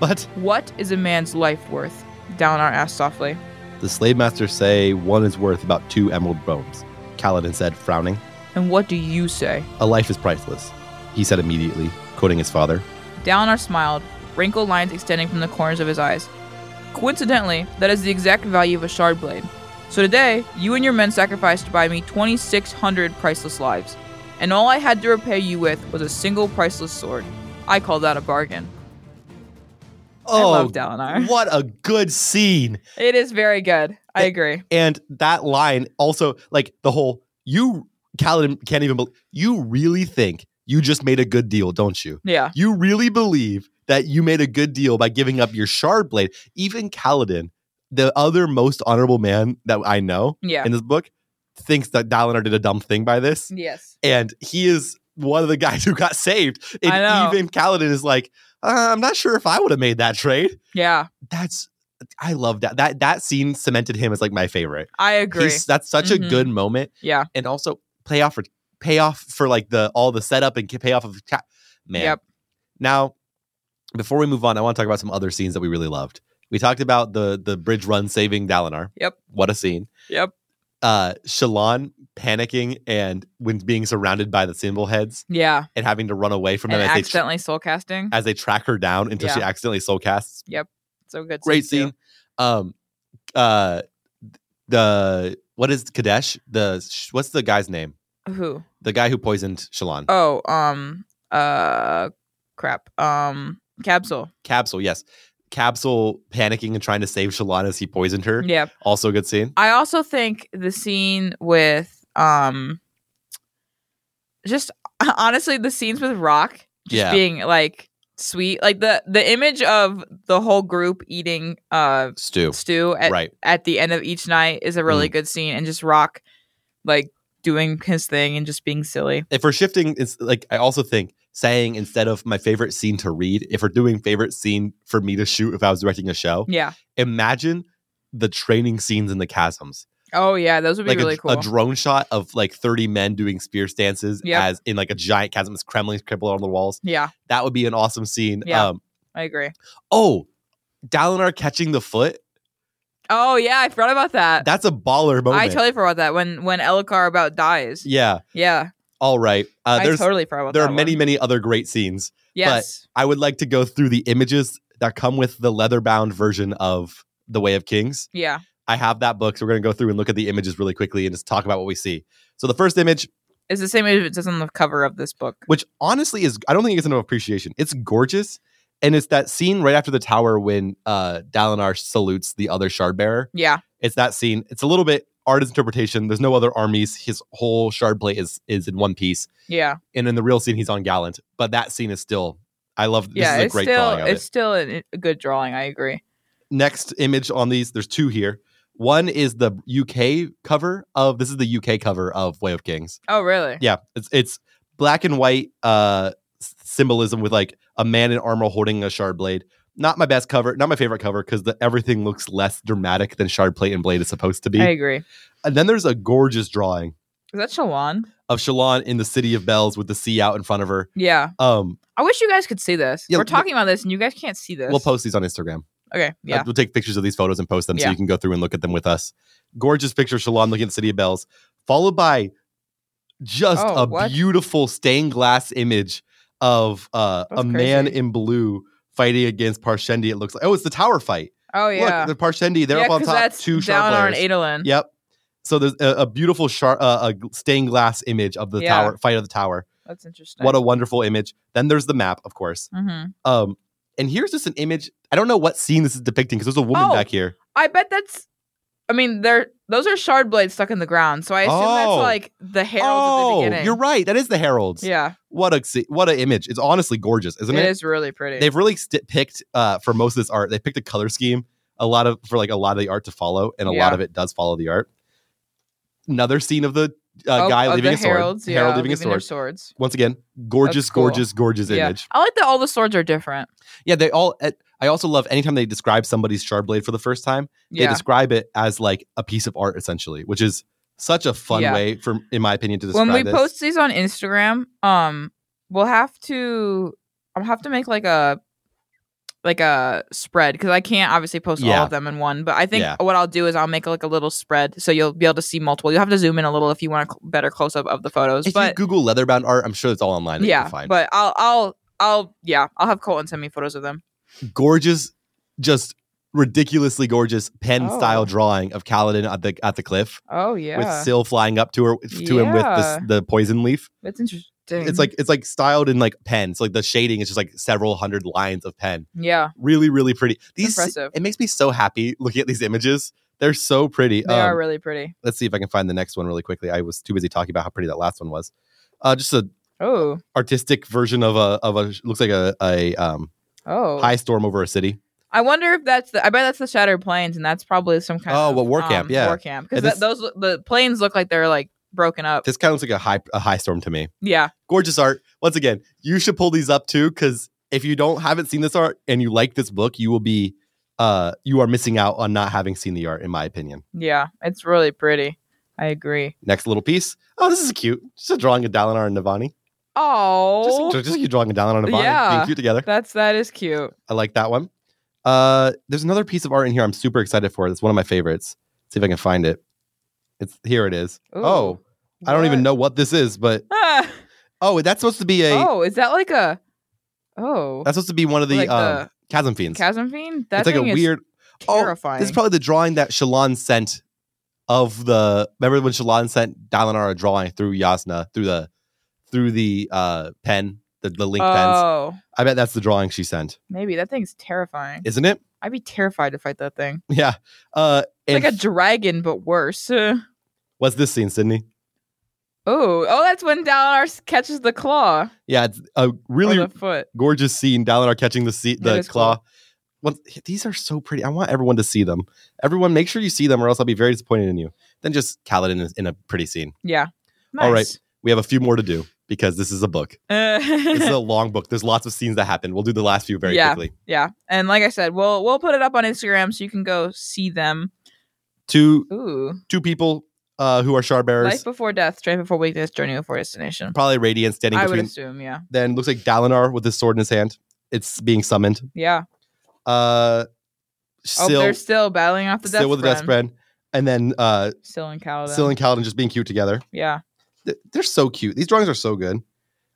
But
What is a man's life worth? Dalinar asked softly.
the slave masters say one is worth about two emerald bones, Kaladin said, frowning.
And what do you say?
A life is priceless, he said immediately, quoting his father.
Dalinar smiled, wrinkled lines extending from the corners of his eyes. Coincidentally, that is the exact value of a shard blade. So today, you and your men sacrificed to buy me 2,600 priceless lives, and all I had to repay you with was a single priceless sword. I call that a bargain. love Dalinar.
Oh, What a good scene.
It is very good. I agree.
And that line also, like the whole, you, Kaladin can't even believe, you really think you just made a good deal, don't you?
Yeah.
You really believe that you made a good deal by giving up your shard blade. Even Kaladin, the other most honorable man that I know
Yeah.
in this book, thinks that Dalinar did a dumb thing by this.
yes.
And he is one of the guys <laughs> who got saved. And
I know.
even Kaladin is like, uh, I'm not sure if I would have made that trade.
Yeah.
That's I love that. That that scene cemented him as like my favorite.
I agree.
He's, that's such a
Mhm.
good moment.
yeah.
And also payoff for payoff for like the all the setup and payoff of Ka- man.
Yep.
Now, before we move on, I want to talk about some other scenes that we really loved. We talked about the the bridge run saving Dalinar.
Yep.
What a scene.
Yep.
Uh Shalon panicking and when being surrounded by the symbol heads
Yeah.
and having to run away from
And
them as they, tr-
accidentally soul casting.
as they track her down until she
Yeah.
accidentally soul casts.
So good.
Great
too.
scene. Um uh the what is Kadesh? The sh- what's the guy's name?
Who?
The guy who poisoned Shalon.
Oh, um, uh, crap. Um, capsule.
Capsule, yes. Capsule panicking and trying to save Shalon as he poisoned her.
Yeah.
Also a good scene.
I also think the scene with, um, just <laughs> honestly, the scenes with Rock just
Yeah.
being like sweet, like the the image of the whole group eating uh
Stu.
stew at
right. Mm.
at the end of each night is a really good scene, and just Rock like doing his thing and just being silly.
If we're shifting, it's like I also think saying instead of my favorite scene to read, if we're doing favorite scene for me to shoot if I was directing a show,
Yeah.
imagine the training scenes in the chasms.
Oh yeah, those would be
like
really
a,
cool.
a drone shot of like 30 men doing spear stances
Yep.
as in like a giant chasm is Kremlin crippled on the walls.
yeah,
That would be an awesome scene.
Yeah.
Um,
I agree.
oh, Dalinar catching the foot.
Oh yeah, I forgot about
<laughs>
that.
That's a baller moment.
I totally forgot that when when Elikar about dies.
yeah.
Yeah,
All right. Uh,
I
there's
totally forgot about
there
that.
are many
one.
many other great scenes.
Yes.
I would like to go through the images that come with the leather bound version of The Way of Kings.
yeah.
I have that book, so we're gonna go through and look at the images really quickly and just talk about what we see. So the first image,
It's the same as it says on the cover of this book.
which honestly is I don't think it's enough appreciation. It's gorgeous. And it's that scene right after the tower when uh Dalinar salutes the other shard bearer.
Yeah.
It's that scene. It's a little bit art is interpretation. There's no other armies. His whole shard plate is is in one piece.
Yeah.
And in the real scene, he's on Gallant. But that scene is still I love this
yeah.
is a
it's
great
still
drawing of
it's
it.
still a, a good drawing. I agree.
Next image on these, there's two here. One is the UK cover of this is the UK cover of Way of Kings.
Oh really?
Yeah, it's it's black and white uh s- symbolism with like a man in armor holding a shard blade. Not my best cover, not my favorite cover because the everything looks less dramatic than shard plate and blade is supposed to be.
I agree. Is
And then there's a gorgeous drawing
that Shalon?
of Shalon in the city of bells with the sea out in front of her.
Yeah.
Um,
I wish you guys could see this.
Yeah,
We're
but-
talking about this and you guys can't see this.
we'll post these on Instagram.
Okay.
Yeah.
Yeah.
We'll take pictures of these photos and post them so
Yeah.
you can go through and look at them with us. Gorgeous picture of Shalon looking at the City of Bells, followed by just
Oh,
a
what?
beautiful stained glass image of uh, a
That's
man
crazy.
in blue fighting against Parshendi. It looks like oh, it's the tower fight.
oh yeah.
Look, the Parshendi, they're
yeah,
up on
'cause
top,
That's
two
down
sharp
on
players.
Adolin.
Yep. So there's a, a beautiful shar uh, a stained glass image of the
Yeah.
tower fight of the tower.
That's interesting.
What a wonderful image. Then there's the map, of course.
hmm
Um, and here's just an image. I don't know what scene this is depicting because there's a woman
Oh,
back here.
I bet that's. I mean, they're those are shard blades stuck in the ground, so I assume
Oh.
that's like the heralds at the beginning.
you're right. That is the heralds.
Yeah,
What a se- what a image. It's honestly gorgeous, isn't it?
it is really pretty.
They've really st- picked uh, for most of this art. They picked a color scheme. A lot of for like a lot of the art to follow, and a lot
Yeah.
of it does follow the art. Another scene of the uh,
Of-
guy
Oh, of
leaving
the
a sword.
heralds,
The herald
yeah,
leaving a
their
sword.
swords.
Once again, gorgeous,
That's cool.
gorgeous, gorgeous
Yeah.
image.
I like that all the swords are different.
Yeah, they all. uh, I also love anytime they describe somebody's shard blade for the first time. They
Yeah.
describe it as like a piece of art, essentially, which is such a fun
Yeah.
way for, in my opinion, to describe.
When we
this.
post these on Instagram, um, we'll have to. I'll have to make like a like a spread because I can't obviously post all
Yeah.
of them in one. But I think
Yeah.
what I'll do is I'll make like a little spread so you'll be able to see multiple. You'll have to zoom in a little if you want a cl- better close up of the photos.
If
but
you Google leatherbound art, I'm sure it's all online. That you
yeah,
can find.
but I'll I'll I'll yeah I'll have Colton send me photos of them.
gorgeous, just ridiculously gorgeous pen style
Oh.
drawing of Kaladin at the at the cliff
Oh
with Syl flying up to her to him with the, s-
Yeah. Mm-hmm.
the poison leaf.
that's interesting.
It's like it's like styled in like pen. So like the shading is just like several hundred lines of pen.
yeah,
Really, really pretty. These
Impressive.
it makes me so happy looking at these images. They're so pretty.
they
Um,
are really pretty.
let's see if I can find the next one really quickly. I was too busy talking about how pretty that last one was. Uh, just a
Oh
artistic version of a of a looks like a, a um,
oh,
high storm over a city.
I wonder if that's the I bet that's the Shattered Plains and that's probably some kind
Oh,
of
well, war camp,
um,
yeah.
war camp because
And this-
those the planes look like they're like broken up.
This kind of looks like a high a high storm to me.
yeah,
Gorgeous art. Once again, you should pull these up too, because if you don't haven't seen this art and you like this book, you will be uh you are missing out on not having seen the art, in my opinion.
yeah, it's really pretty. I agree.
Next little piece. Oh, this is cute. Just a drawing of Dalinar and Navani.
Oh,
Just, just a cute drawing of Dalinar and Navani being
Yeah.
cute together.
that's that is cute.
I like that one. Uh there's another piece of art in here I'm super excited for. It's one of my favorites. see if I can find it. It's here it is.
Ooh,
oh, I don't even know what this is, but
Ah,
oh, that's supposed to be a
oh, is that like a oh
that's supposed to be one of the,
Like
um,
the-
chasm fiends.
chasm fiend? That
it's like a
thing is
weird. oh,
terrifying.
This is probably the drawing that Shalon sent of the. Remember when Shalon sent Dalinar a drawing through Yasna through the through the uh pen the, the link pens.
oh,
I bet that's the drawing she sent,
maybe that thing's terrifying.
isn't it? <laughs>
I'd be terrified to fight that thing.
Yeah. Uh,
It's
and
like a dragon, but worse. <laughs> oh,
what's this scene, Sydney?
oh, that's when Dalinar s- catches the claw
Yeah, it's a
really?
really
Oh, the foot.
gorgeous scene. Dalinar catching the sea,
That
the
is
claw. Well, these are so pretty. I want everyone to see them. Everyone, make sure you see them, or else I'll be very disappointed in you. Then just Kaladin is in a pretty scene.
Yeah. Nice.
All right. We have a few more to do. because this is a book. This is
<laughs> yeah,
a long book. There's lots of scenes that happen. We'll do the last few very
Yeah.
quickly.
and like I said, we'll we'll put it up on Instagram so you can go see them.
Two
Ooh,
two people uh, who are shard bearers,
life before death, strength before weakness, journey before destination.
probably Radiant standing
I would
between.
assume, yeah,
Then looks like Dalinar with his sword in his hand. It's being summoned.
yeah.
Uh,
Oh,
still,
they're still battling off the death. Oh,
still with the death friend, and then uh,
Still in Caladan.
Still and Kaladin just being cute together.
yeah.
Th- They're so cute. These drawings are so good.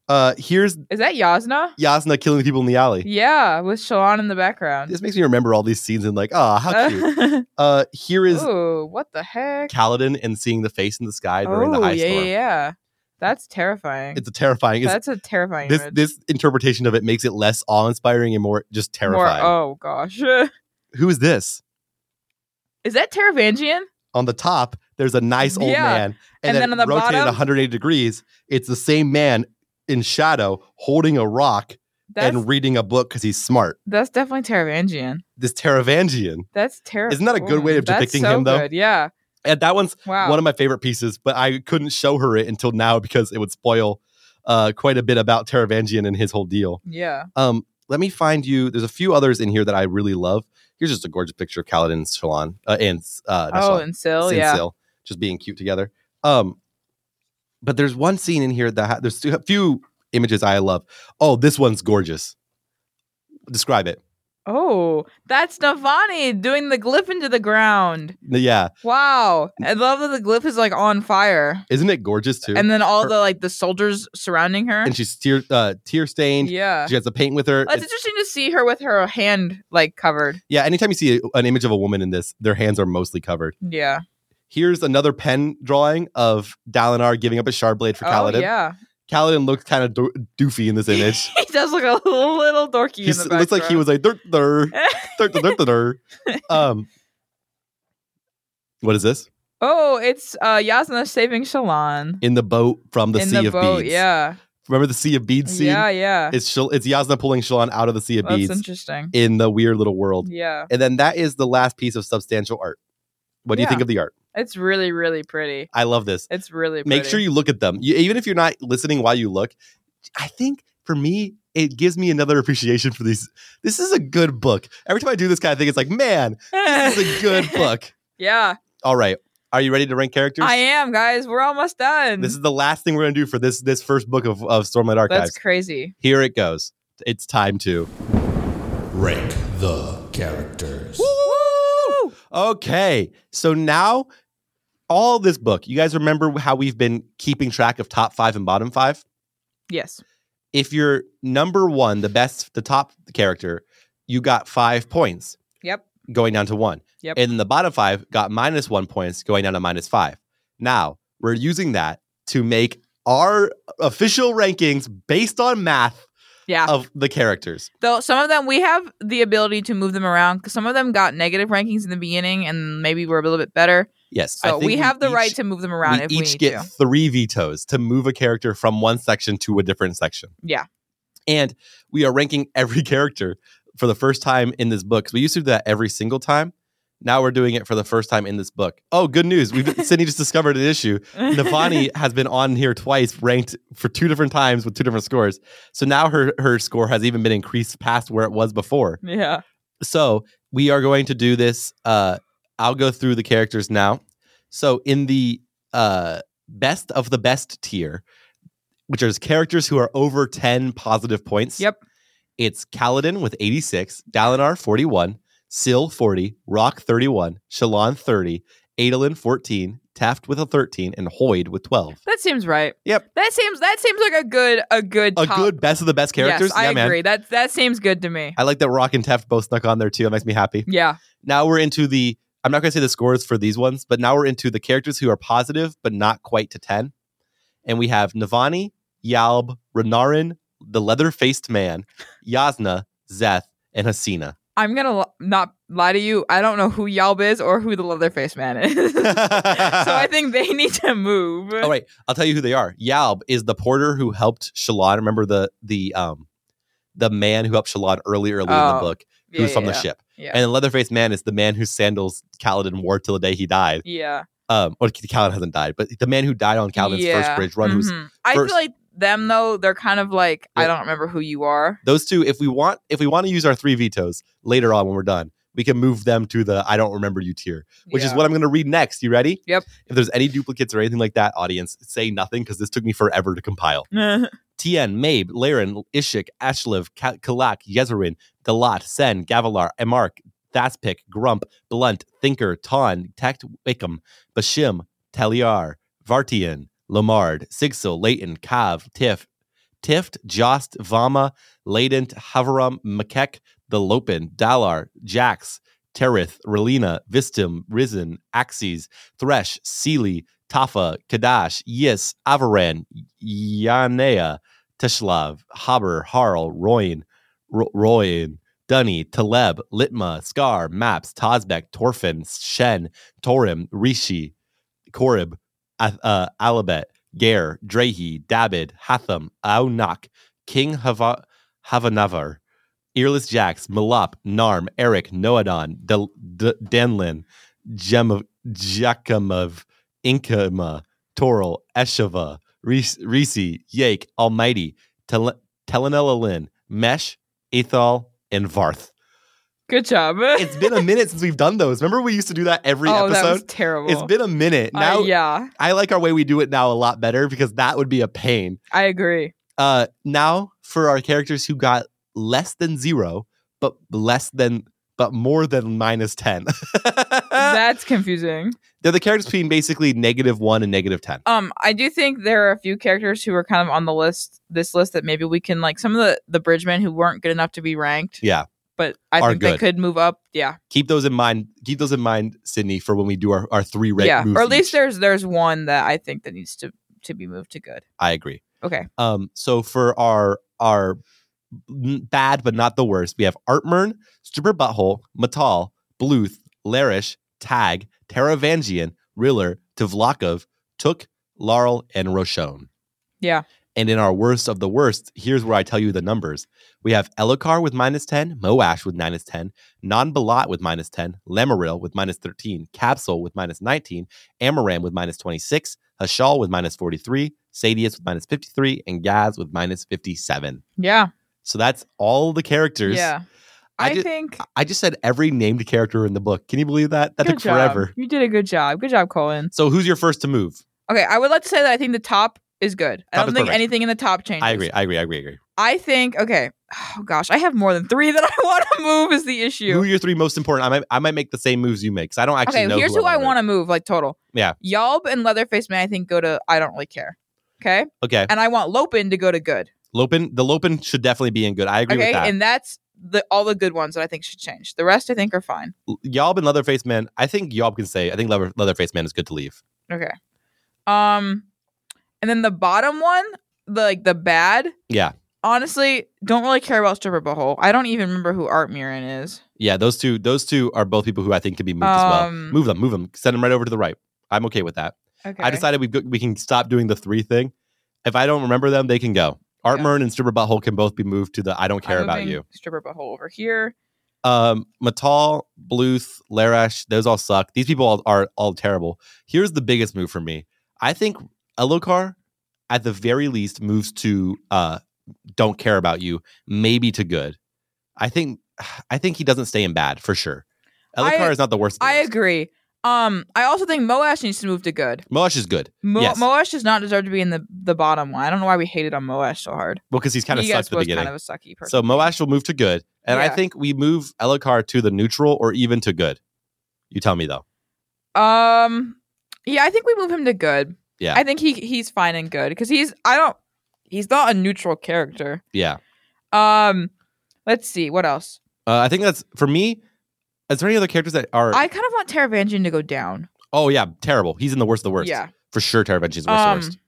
Uh, here's
Is that Yasna?
Yasna killing people in the alley.
Yeah, with Shalon in the background.
This makes me remember all these scenes and like, ah, how
<laughs>
cute. Uh, here is
Ooh, what the heck?
Kaladin and seeing the face in the sky during the
Oh,
high
yeah,
storm.
yeah, yeah. That's terrifying.
It's a terrifying. It's,
That's a terrifying
this
image.
this interpretation of it makes it less awe inspiring and more just
More-
terrifying.
oh gosh, <laughs> is
Who is this?
that Taravangian?
On the top, there's a nice old
Yeah.
man,
And then on the
rotated
bottom-
180 degrees. It's the same man in shadow holding a rock
That's
and reading a book because he's smart.
that's definitely Taravangian.
This Taravangian.
That's terrible.
Isn't that a good way of depicting him, though?
Yeah.
And that one's
Wow.
one of my favorite pieces, but I couldn't show her it until now because it would spoil uh, quite a bit about Taravangian and his whole deal.
yeah.
Um, let me find you. There's a few others in here that I really love. Here's just a gorgeous picture of Kaladin and Shalon uh, and uh, not
Oh,
Shalon,
and Sil.
Sin
Yeah.
Sil, just being cute together. Um, but there's one scene in here that ha- there's a few images I love. Oh, this one's gorgeous. Describe it.
Oh, that's Navani doing the glyph into the ground.
Yeah,
Wow. I love that the glyph is like on fire.
isn't it gorgeous too?
And
And,
then all
Her-
the like the soldiers surrounding her.
she's tear uh, tear stained.
Yeah.
She has the paint with her.
Well,
It's-
it's interesting to see her with her hand like covered.
Yeah, anytime you see a, an image of a woman in this, their hands are mostly covered.
Yeah.
Here's another pen drawing of Dalinar giving up a shard blade for
Oh
Kaladin.
yeah. <laughs>
Kaladin looks kind of do- doofy in this image.
He does look a little dorky
he
in
s-
the
looks like he
background.
was like dirt dirt
<laughs>
dirt dirt dirt. Um, what is this
Oh, it's uh Yasna saving Shalon.
in the boat from the
in
sea
the
of
boat,
beads?
yeah.
remember the sea of beads scene?
Yeah, yeah.
It's Shal- it's Yasna pulling Shalon out of the sea of
That's
beads
interesting.
in the weird little world,
Yeah.
and then that is the last piece of substantial art. What do you
Yeah.
think of the art?
It's really, really pretty.
I love this.
It's really pretty.
make
<laughs>
sure you look at them you, even if you're not listening while you look i think for me it gives me another appreciation for these this is a good book every time i do this kind of thing it's like man this is a good
<laughs>
book
yeah.
all right are you ready to rank characters
I am, guys. We're almost done.
this is the last thing we're gonna do for this this first book of, of stormlight archives
That's crazy.
here it goes it's time to
Rank the characters.
Woo!
okay so now all this book you guys remember how we've been keeping track of top five and bottom five
Yes.
if you're number one, the best, the top character, you got five points
Yep.
going down to one.
Yep.
And then the bottom five got minus one points going down to minus five. Now we're using that to make our official rankings based on math
Yeah.
of the characters.
Though some of them we have the ability to move them around because some of them got negative rankings in the beginning and maybe we're a little bit better.
Yes. I
So
think
we have the
each-
right to move them around
we
if
each
we need
get
to.
three vetoes to move a character from one section to a different section.
Yeah.
And we are ranking <laughs> every character for the first time in this book. 'Cause we used to do that every single time. Now we're doing it for the first time in this book. Oh, good news. We've <laughs> Sydney just discovered an issue. Navani has been on here twice, ranked for two different times with two different scores. So now her her score has even been increased past where it was before.
<laughs> yeah.
So we are going to do this. Uh, I'll go through the characters now. So in the uh, best of the best tier, which is characters who are over 10 positive points.
Yep.
It's Kaladin with 86, Dalinar 41, Sil 40, Rock 31, Shalon 30, Adolin 14, Taft with a 13, and Hoyd with 12.
That seems right.
Yep.
That seems that seems like a good a good
A
top.
good best of the best characters.
Yes, I agree. That that seems good to me.
I like that Rock and Taft both snuck on there too. That makes me happy.
Yeah.
now we're into the I'm not going to say the scores for these ones, but now we're into the characters who are positive but not quite to 10. And we have Navani, Yalb, Renarin, the leather-faced man, Yasna, Zeth, and Hasina.
I'm gonna li- not lie to you. I don't know who Yalb is or who the Leatherface Man is. <laughs> so I think they need
<laughs>
to move.
All right, I'll tell you who they are. Yalb is the porter who helped Shalon. Remember the the um the man who helped Shalon early early in the
Oh,
book,
Yeah,
who's
yeah,
from
yeah.
the ship.
Yeah.
And the leather-faced man is the man whose sandals Kaladin wore till the day he died.
Yeah.
um or Callan hasn't died, but the man who died on Calvin's
Yeah.
first bridge run who's
Mhm. I
first-
feel like them though, they're kind of like I
Yeah.
don't remember who you are.
Those two, if we want, if we want to use our three vetoes later on when we're done, we can move them to the I don't remember you tier, which is
Yeah.
what I'm going to read next. You ready?
Yep.
If there's any duplicates or anything like that, audience, say nothing because this took me forever to compile. Tien, Mabe, Laren, Ishik, Ashlev, Ka- Kalak, Yezerin, Dalat, Sen, Gavilar, Emark, Thaspik, Grump, Blunt, Thinker, Ton, Tact, Wickham, Bashim, Taliar, Vartian, Lamard, Sigsil, Leighton, Kav, Tiff, Tift, Jost, Vama, Leident, Havaram, Makek, The Lopin, Dalar, Jax, Terith, Relina, Vistim, Risen, Axes, Thresh, Seely, Tafa, Kadash, Yis, Avaran, Yanea, Teshlav, Haber, Harl, Royan, Ro- Royan, Dunny, Taleb, Litma, Scar, Maps, Tazbek, Torfin, Shen, Torim, Rishi, Korib, Ath- uh, Alabet, Ger, Drahi, Dabid, Hatham, Aunak, King Hava- Havanavar, Earless Jax, Malop, Narm, Eric, Noadon, Del- D- Danlin, Gem- Jakimov, Inkama, Toral, Eshava, Reese, Yake, Almighty, Tel- Telenella Lynn, Mesh, Ethal, and Varth.
<laughs> Good job.
It's been a minute since we've done those. Remember, we used to do that every
<laughs> oh, that was
episode?
terrible.
It's been a minute.
Uh,
Now,
yeah,
I like our way we do it now a lot better because that would be a pain.
I agree.
Uh, now, for our characters who got less than zero, but less than, but more than minus <laughs> 10. Uh,
That's confusing.
They're the characters between basically negative one and negative 10.
Um, I do think there are a few characters who are kind of on the list, this list that maybe we can like some of the the bridgemen who weren't good enough to be ranked.
Yeah.
but I
Are
think they
good.
could move up. Yeah,
keep those in mind. Keep those in mind, Sydney, for when we do our, our three rank
yeah,
moves.
or at least
each.
there's there's one that I think that needs to to be moved to good.
I agree.
Okay,
Um, so for our our n- bad but not the worst, we have Artmern, Stripper Butthole, Matal, Bluth, Larish, Tag, Taravangian, Riller, Tavlakov, Took, Laurel, and Roshon.
Yeah.
And in our worst of the worst, here's where I tell you the numbers. We have Elokar with minus 10, Moash with minus 10, Non Balat with minus 10, Lemaril with minus 13, Capsule with minus 19, Amaram with minus 26, Hashal with minus 43, Sadius with minus 53, and Gaz with minus 57.
yeah,
So that's all the characters.
yeah.
I
I,
ju-
think
I- I just said every named character in the book. Can you believe that? That
good
took
job.
forever.
You did a good job. Good job, Colin.
So who's your first to move?
Okay, I would like to say that I think the top is good. I
Top
don't
is
think
perfect.
anything in the top changes.
I agree. I agree. I agree. I agree.
I think okay. <sighs> Oh gosh, I have more than three <laughs> that I want to move. Is the issue?
Who are your three most important? I might, I might make the same moves you make because I don't actually
okay,
know.
here's who, I want
to.
to move, like total.
Yeah.
Yalb and Leatherface Man, I think go to I don't really care. Okay,
Okay,
and I want Lopin to go to good.
Lopin. The Lopin should definitely be in good. I agree
Okay,
with that.
and that's the all the good ones that I think should change. The rest I think are fine.
L- Yob and Leatherface Man. I think Yob can say. I think Leather, Leatherface Man is good to leave.
Okay, um, and then the bottom one, the like the bad.
Yeah.
Honestly, don't really care about Stripper Butthole. I don't even remember who Art Mirren is.
Yeah, those two. Those two are both people who I think can be moved as well.
Um,
Move them. Move them. Send them right over to the right. I'm okay with that.
Okay.
I decided we we can stop doing the three thing. If I don't remember them, they can go. Art
Yeah.
Murn and Stripper Butthole can both be moved to the I don't care
I'm
about
moving
you.
Stripper Butthole over here.
Um, Matal, Bluth, Larash, those all suck. These people all, are all terrible. Here's the biggest move for me. I think Elokar, at the very least, moves to uh, don't care about you, maybe to good. I think I think he doesn't stay in bad for sure.
I-
Elokar is not the worst. of the
I
worst.
agree. Um, I also think Moash needs to move to good.
Moash is good.
Mo-
Yes.
Moash does not deserve to be in the, the bottom one. I don't know why we hated on Moash so hard.
Well, because he's kind of
He
sucked at
was
the beginning.
kind of a sucky person.
so Moash will move to good, and I
Yeah.
think we move Elokar to the neutral or even to good. You tell me though.
um, yeah, I think we move him to good.
Yeah.
I think he he's fine and good because he's I don't he's not a neutral character.
Yeah.
Um, let's see what else.
Uh, I think that's for me. Is there any other characters that are?
I kind of want Taravangian to go down.
oh yeah, terrible. He's in the worst of the worst.
Yeah. Um,
for sure. Taravangian's worst of the worst.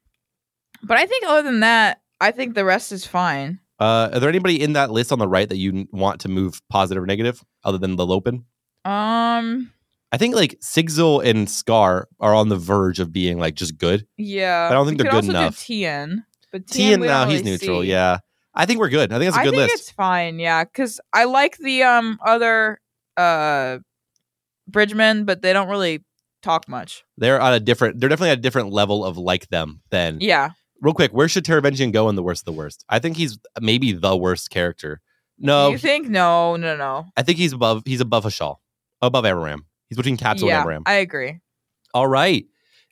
but I think other than that, I think the rest is fine.
Uh, are there anybody in that list on the right that you n- want to move positive or negative, other than the Lopin?
Um,
I think like Sigzil and Scar are on the verge of being like just good.
yeah,
I don't think
we
they're
could
good
also do
enough.
Tien, but Tien,
Tien,
we
now
don't
he's
really
neutral.
see.
Yeah, I think we're good. I think that's a
I
good
think
list.
it's fine, yeah, because I like the um other uh Bridgemen, but they don't really talk much.
They're on a different. They're definitely at a different level of like them than
Yeah,
real quick, where should Teravengian go in the worst of the worst? I think he's maybe the worst character. No,
You think? No, no, no.
I think he's above. He's above Hashal, above Amaram. He's between Capsule
yeah,
and Amaram.
I agree.
All right.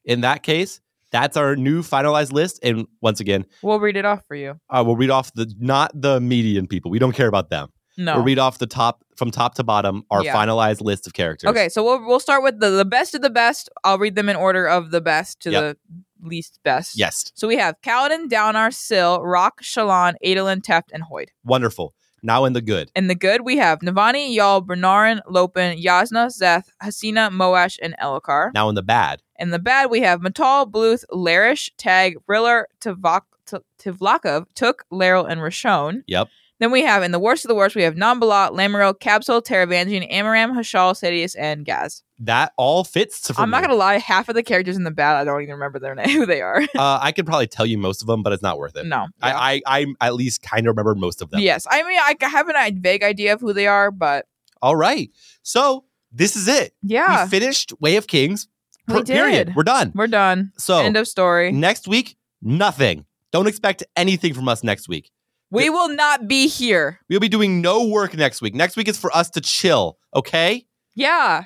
In that case, that's our new finalized list. And once again,
We'll read it off for you.
uh, we'll read off the not the median people. We don't care about them.
No.
We'll read off the top from top to bottom our
Yeah.
finalized list of characters.
Okay, so we'll we'll start with the, the best of the best. I'll read them in order of the best to
Yep.
the least best.
Yes.
So we have Kaladin, Downar, Sill, Rock, Shalon, Adolin, Teft, and Hoyd.
Wonderful. Now in the good.
And the good we have Navani, Yal, Bernarin, Lopin, Yasna, Zeth, Hasina, Moash, and Elokar.
Now in the bad.
And the bad we have Matal, Bluth, Larish, Tag, Riller, Tavok, T- Tivlakov, Took, Laryl, and Rashon.
Yep.
Then we have in the worst of the worst, we have Nambalat, Lamoureux, Capsule, Teravangian, Amaram, Hashal, Sidious, and Gaz.
That all fits. For
I'm not
me.
gonna lie, half of the characters in the bad, I don't even remember their <laughs> name, who they are.
Uh, I could probably tell you most of them, but it's not worth it.
no, Yeah.
I, I I at least kind of remember most of them.
yes, I mean I have an- a vague idea of who they are, but
All right. So this is it.
yeah,
We finished Way of Kings.
We
Per- Period.
did.
We're done.
we're done.
So
End of story.
next week, nothing. Don't expect anything from us next week.
we will not be here.
We'll be doing no work next week. Next week is for us to chill. Okay.
Yeah,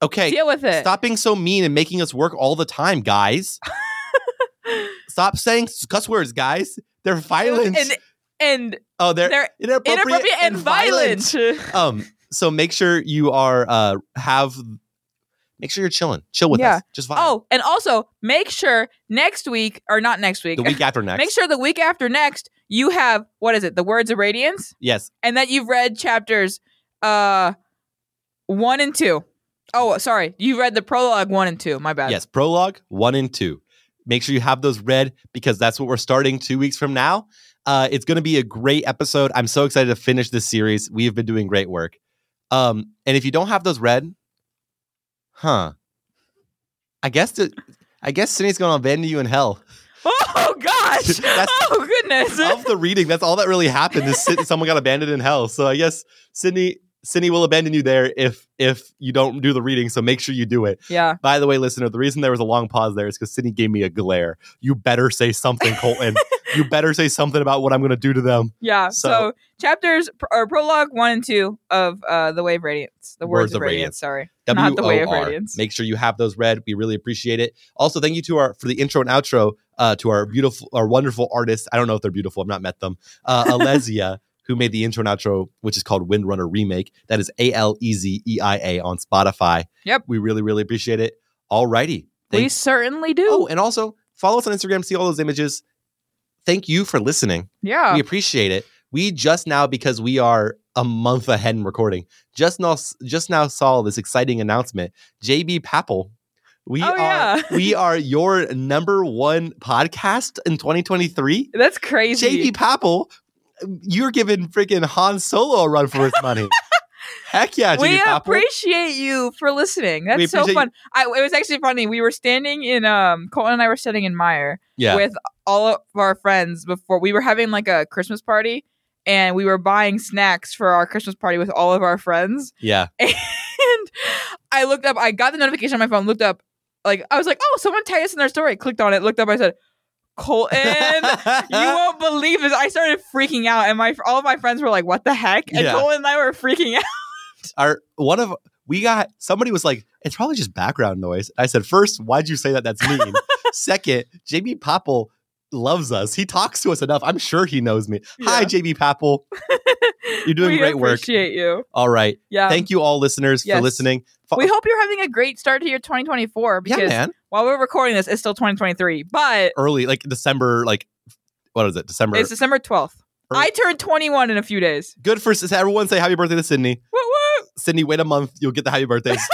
Okay.
deal with it.
Stop being so mean and making us work all the time,
<laughs>
guys. Stop saying s- cuss words, guys. They're violent.
And and
oh, they're,
they're
inappropriate,
inappropriate and, violent. <laughs>
um so make sure you are uh have make sure you're chilling chill with
Yeah.
us just vibe.
oh, and also make sure next week or not next week.
the week after next
make sure the week after next you have what is it? The words of radiance.
yes
and that you've read chapters uh one and two. Oh, sorry, you read the prologue one and two. My bad.
yes prologue one and two make sure you have those read because that's what we're starting two weeks from now uh it's gonna be a great episode i'm so excited to finish this series we have been doing great work um and if you don't have those read huh i guess the I guess Cindy's going to abandon you in hell.
<laughs> Oh
<laughs>
gosh.
That's-
oh goodness.
of the reading, that's all that really happened is Sid- someone got abandoned in hell. So I guess Sydney Sydney will abandon you there if if you don't do the reading. So make sure you do it.
yeah.
By the way, listener, the reason there was a long pause there is because Sydney gave me a glare. You better say something,
<laughs>
Colton. you better say something about what I'm going to do to them.
Yeah.
So-
So, chapters pr- or prologue one and two of uh the way of radiance. The words, of radiance. Sorry. Not the way of
WOR.
radiance.
Make sure you have those read. We really appreciate it. Also, thank you to our for the intro and outro uh, to our beautiful, our wonderful artists. I don't know if they're beautiful. I've not met them.
<laughs>
Uh, Alesia, who made the intro and outro, which is called Windrunner Remake. That is A L E Z E I A on Spotify.
Yep.
We really, really appreciate it. Alrighty.
we
Thank-
certainly do.
oh, and also follow us on Instagram. See all those images. Thank you for listening
yeah.
we appreciate it. We just now because we are a month ahead in recording. Just now, just now saw this exciting announcement. JB Papel, we
Oh,
are
yeah. <laughs>
we are your number one podcast in 2023.
That's crazy.
JB Papel, you're giving freaking Han Solo a run for his
<laughs>
money. Heck yeah, JB
we
Papel.
appreciate you for listening.
We
That's so
appreciate you-
fun. I, it was actually funny. We were standing in um Colton and I were sitting in Meyer
yeah,
with all of our friends before we were having like a Christmas party and we were buying snacks for our Christmas party with all of our friends. <laughs>
yeah.
And I looked up, I got the notification on my phone, looked up, like I was like, oh, someone tagged us in their story. Clicked on it, looked up, I said,
<laughs>
Colton. You won't believe this. I started freaking out, and my all of my friends were like, "What the heck?" And
Yeah.
Colton and I were freaking <laughs> out.
our one of we got somebody was like, it's probably just background noise. I said, first, why'd you say that? That's
<laughs>
mean. Second, JB Papel loves us. He talks to us enough. I'm sure he knows me. Hi,
Yeah.
JB
<laughs>
Papel. You're doing
we
great work.
Appreciate you.
All right.
Yeah.
Thank you all listeners for
yes.
listening. Fo-
we hope you're having a great start to your 2024
yeah,
because
man.
while we're recording this, it's still 2023, but
Early, like December, like what is it? December.
It's December 12th.
Or-
I turned 21 in a few days.
Good for everyone say happy birthday to Sydney.
Woo woo!
Sydney, wait a month. You'll get the happy
<laughs>
birthdays.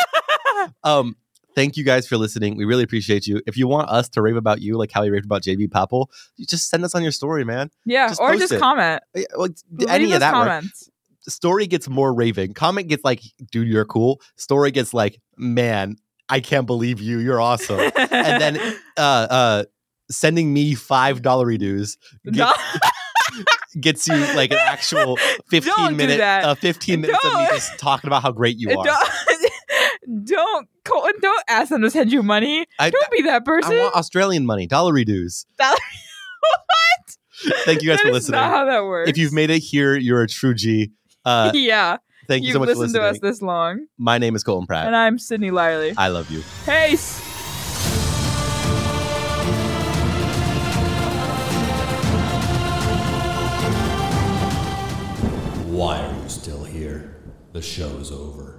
um, thank you guys for listening. We really appreciate you. If you want us to rave about you, like how we raved about JB Papel, you just send us on your story, man.
Yeah,
Just
or
post
just
it.
comment.
Yeah, Like
Leave
any
us
of that work.
comments.
Story gets more raving. Comment gets like, dude, you're cool. Story gets like, man, I can't believe you. You're
<laughs>
awesome. And then uh uh sending me five dollar dues
Don't-
gets you like an actual 15
<laughs> Don't do
minute
that.
uh 15 minutes of me
Don't.
just talking about how great
<laughs>
you are.
don't, don't, Colton, don't ask them to send you money.
I,
Don't be that
I
person.
want Australian money, dollar dues.
Dollar-
Thank <laughs> you guys
That
for
is
listening.
Not how that works.
If you've made it here, you're a true G.
<laughs>
Uh,
yeah,
thank you
you've
so much for
listened
listening.
to us this long,
My name is Colton Pratt.
and I'm Sydney Liley.
I love you.
Peace.
Why are you still here? The show's over.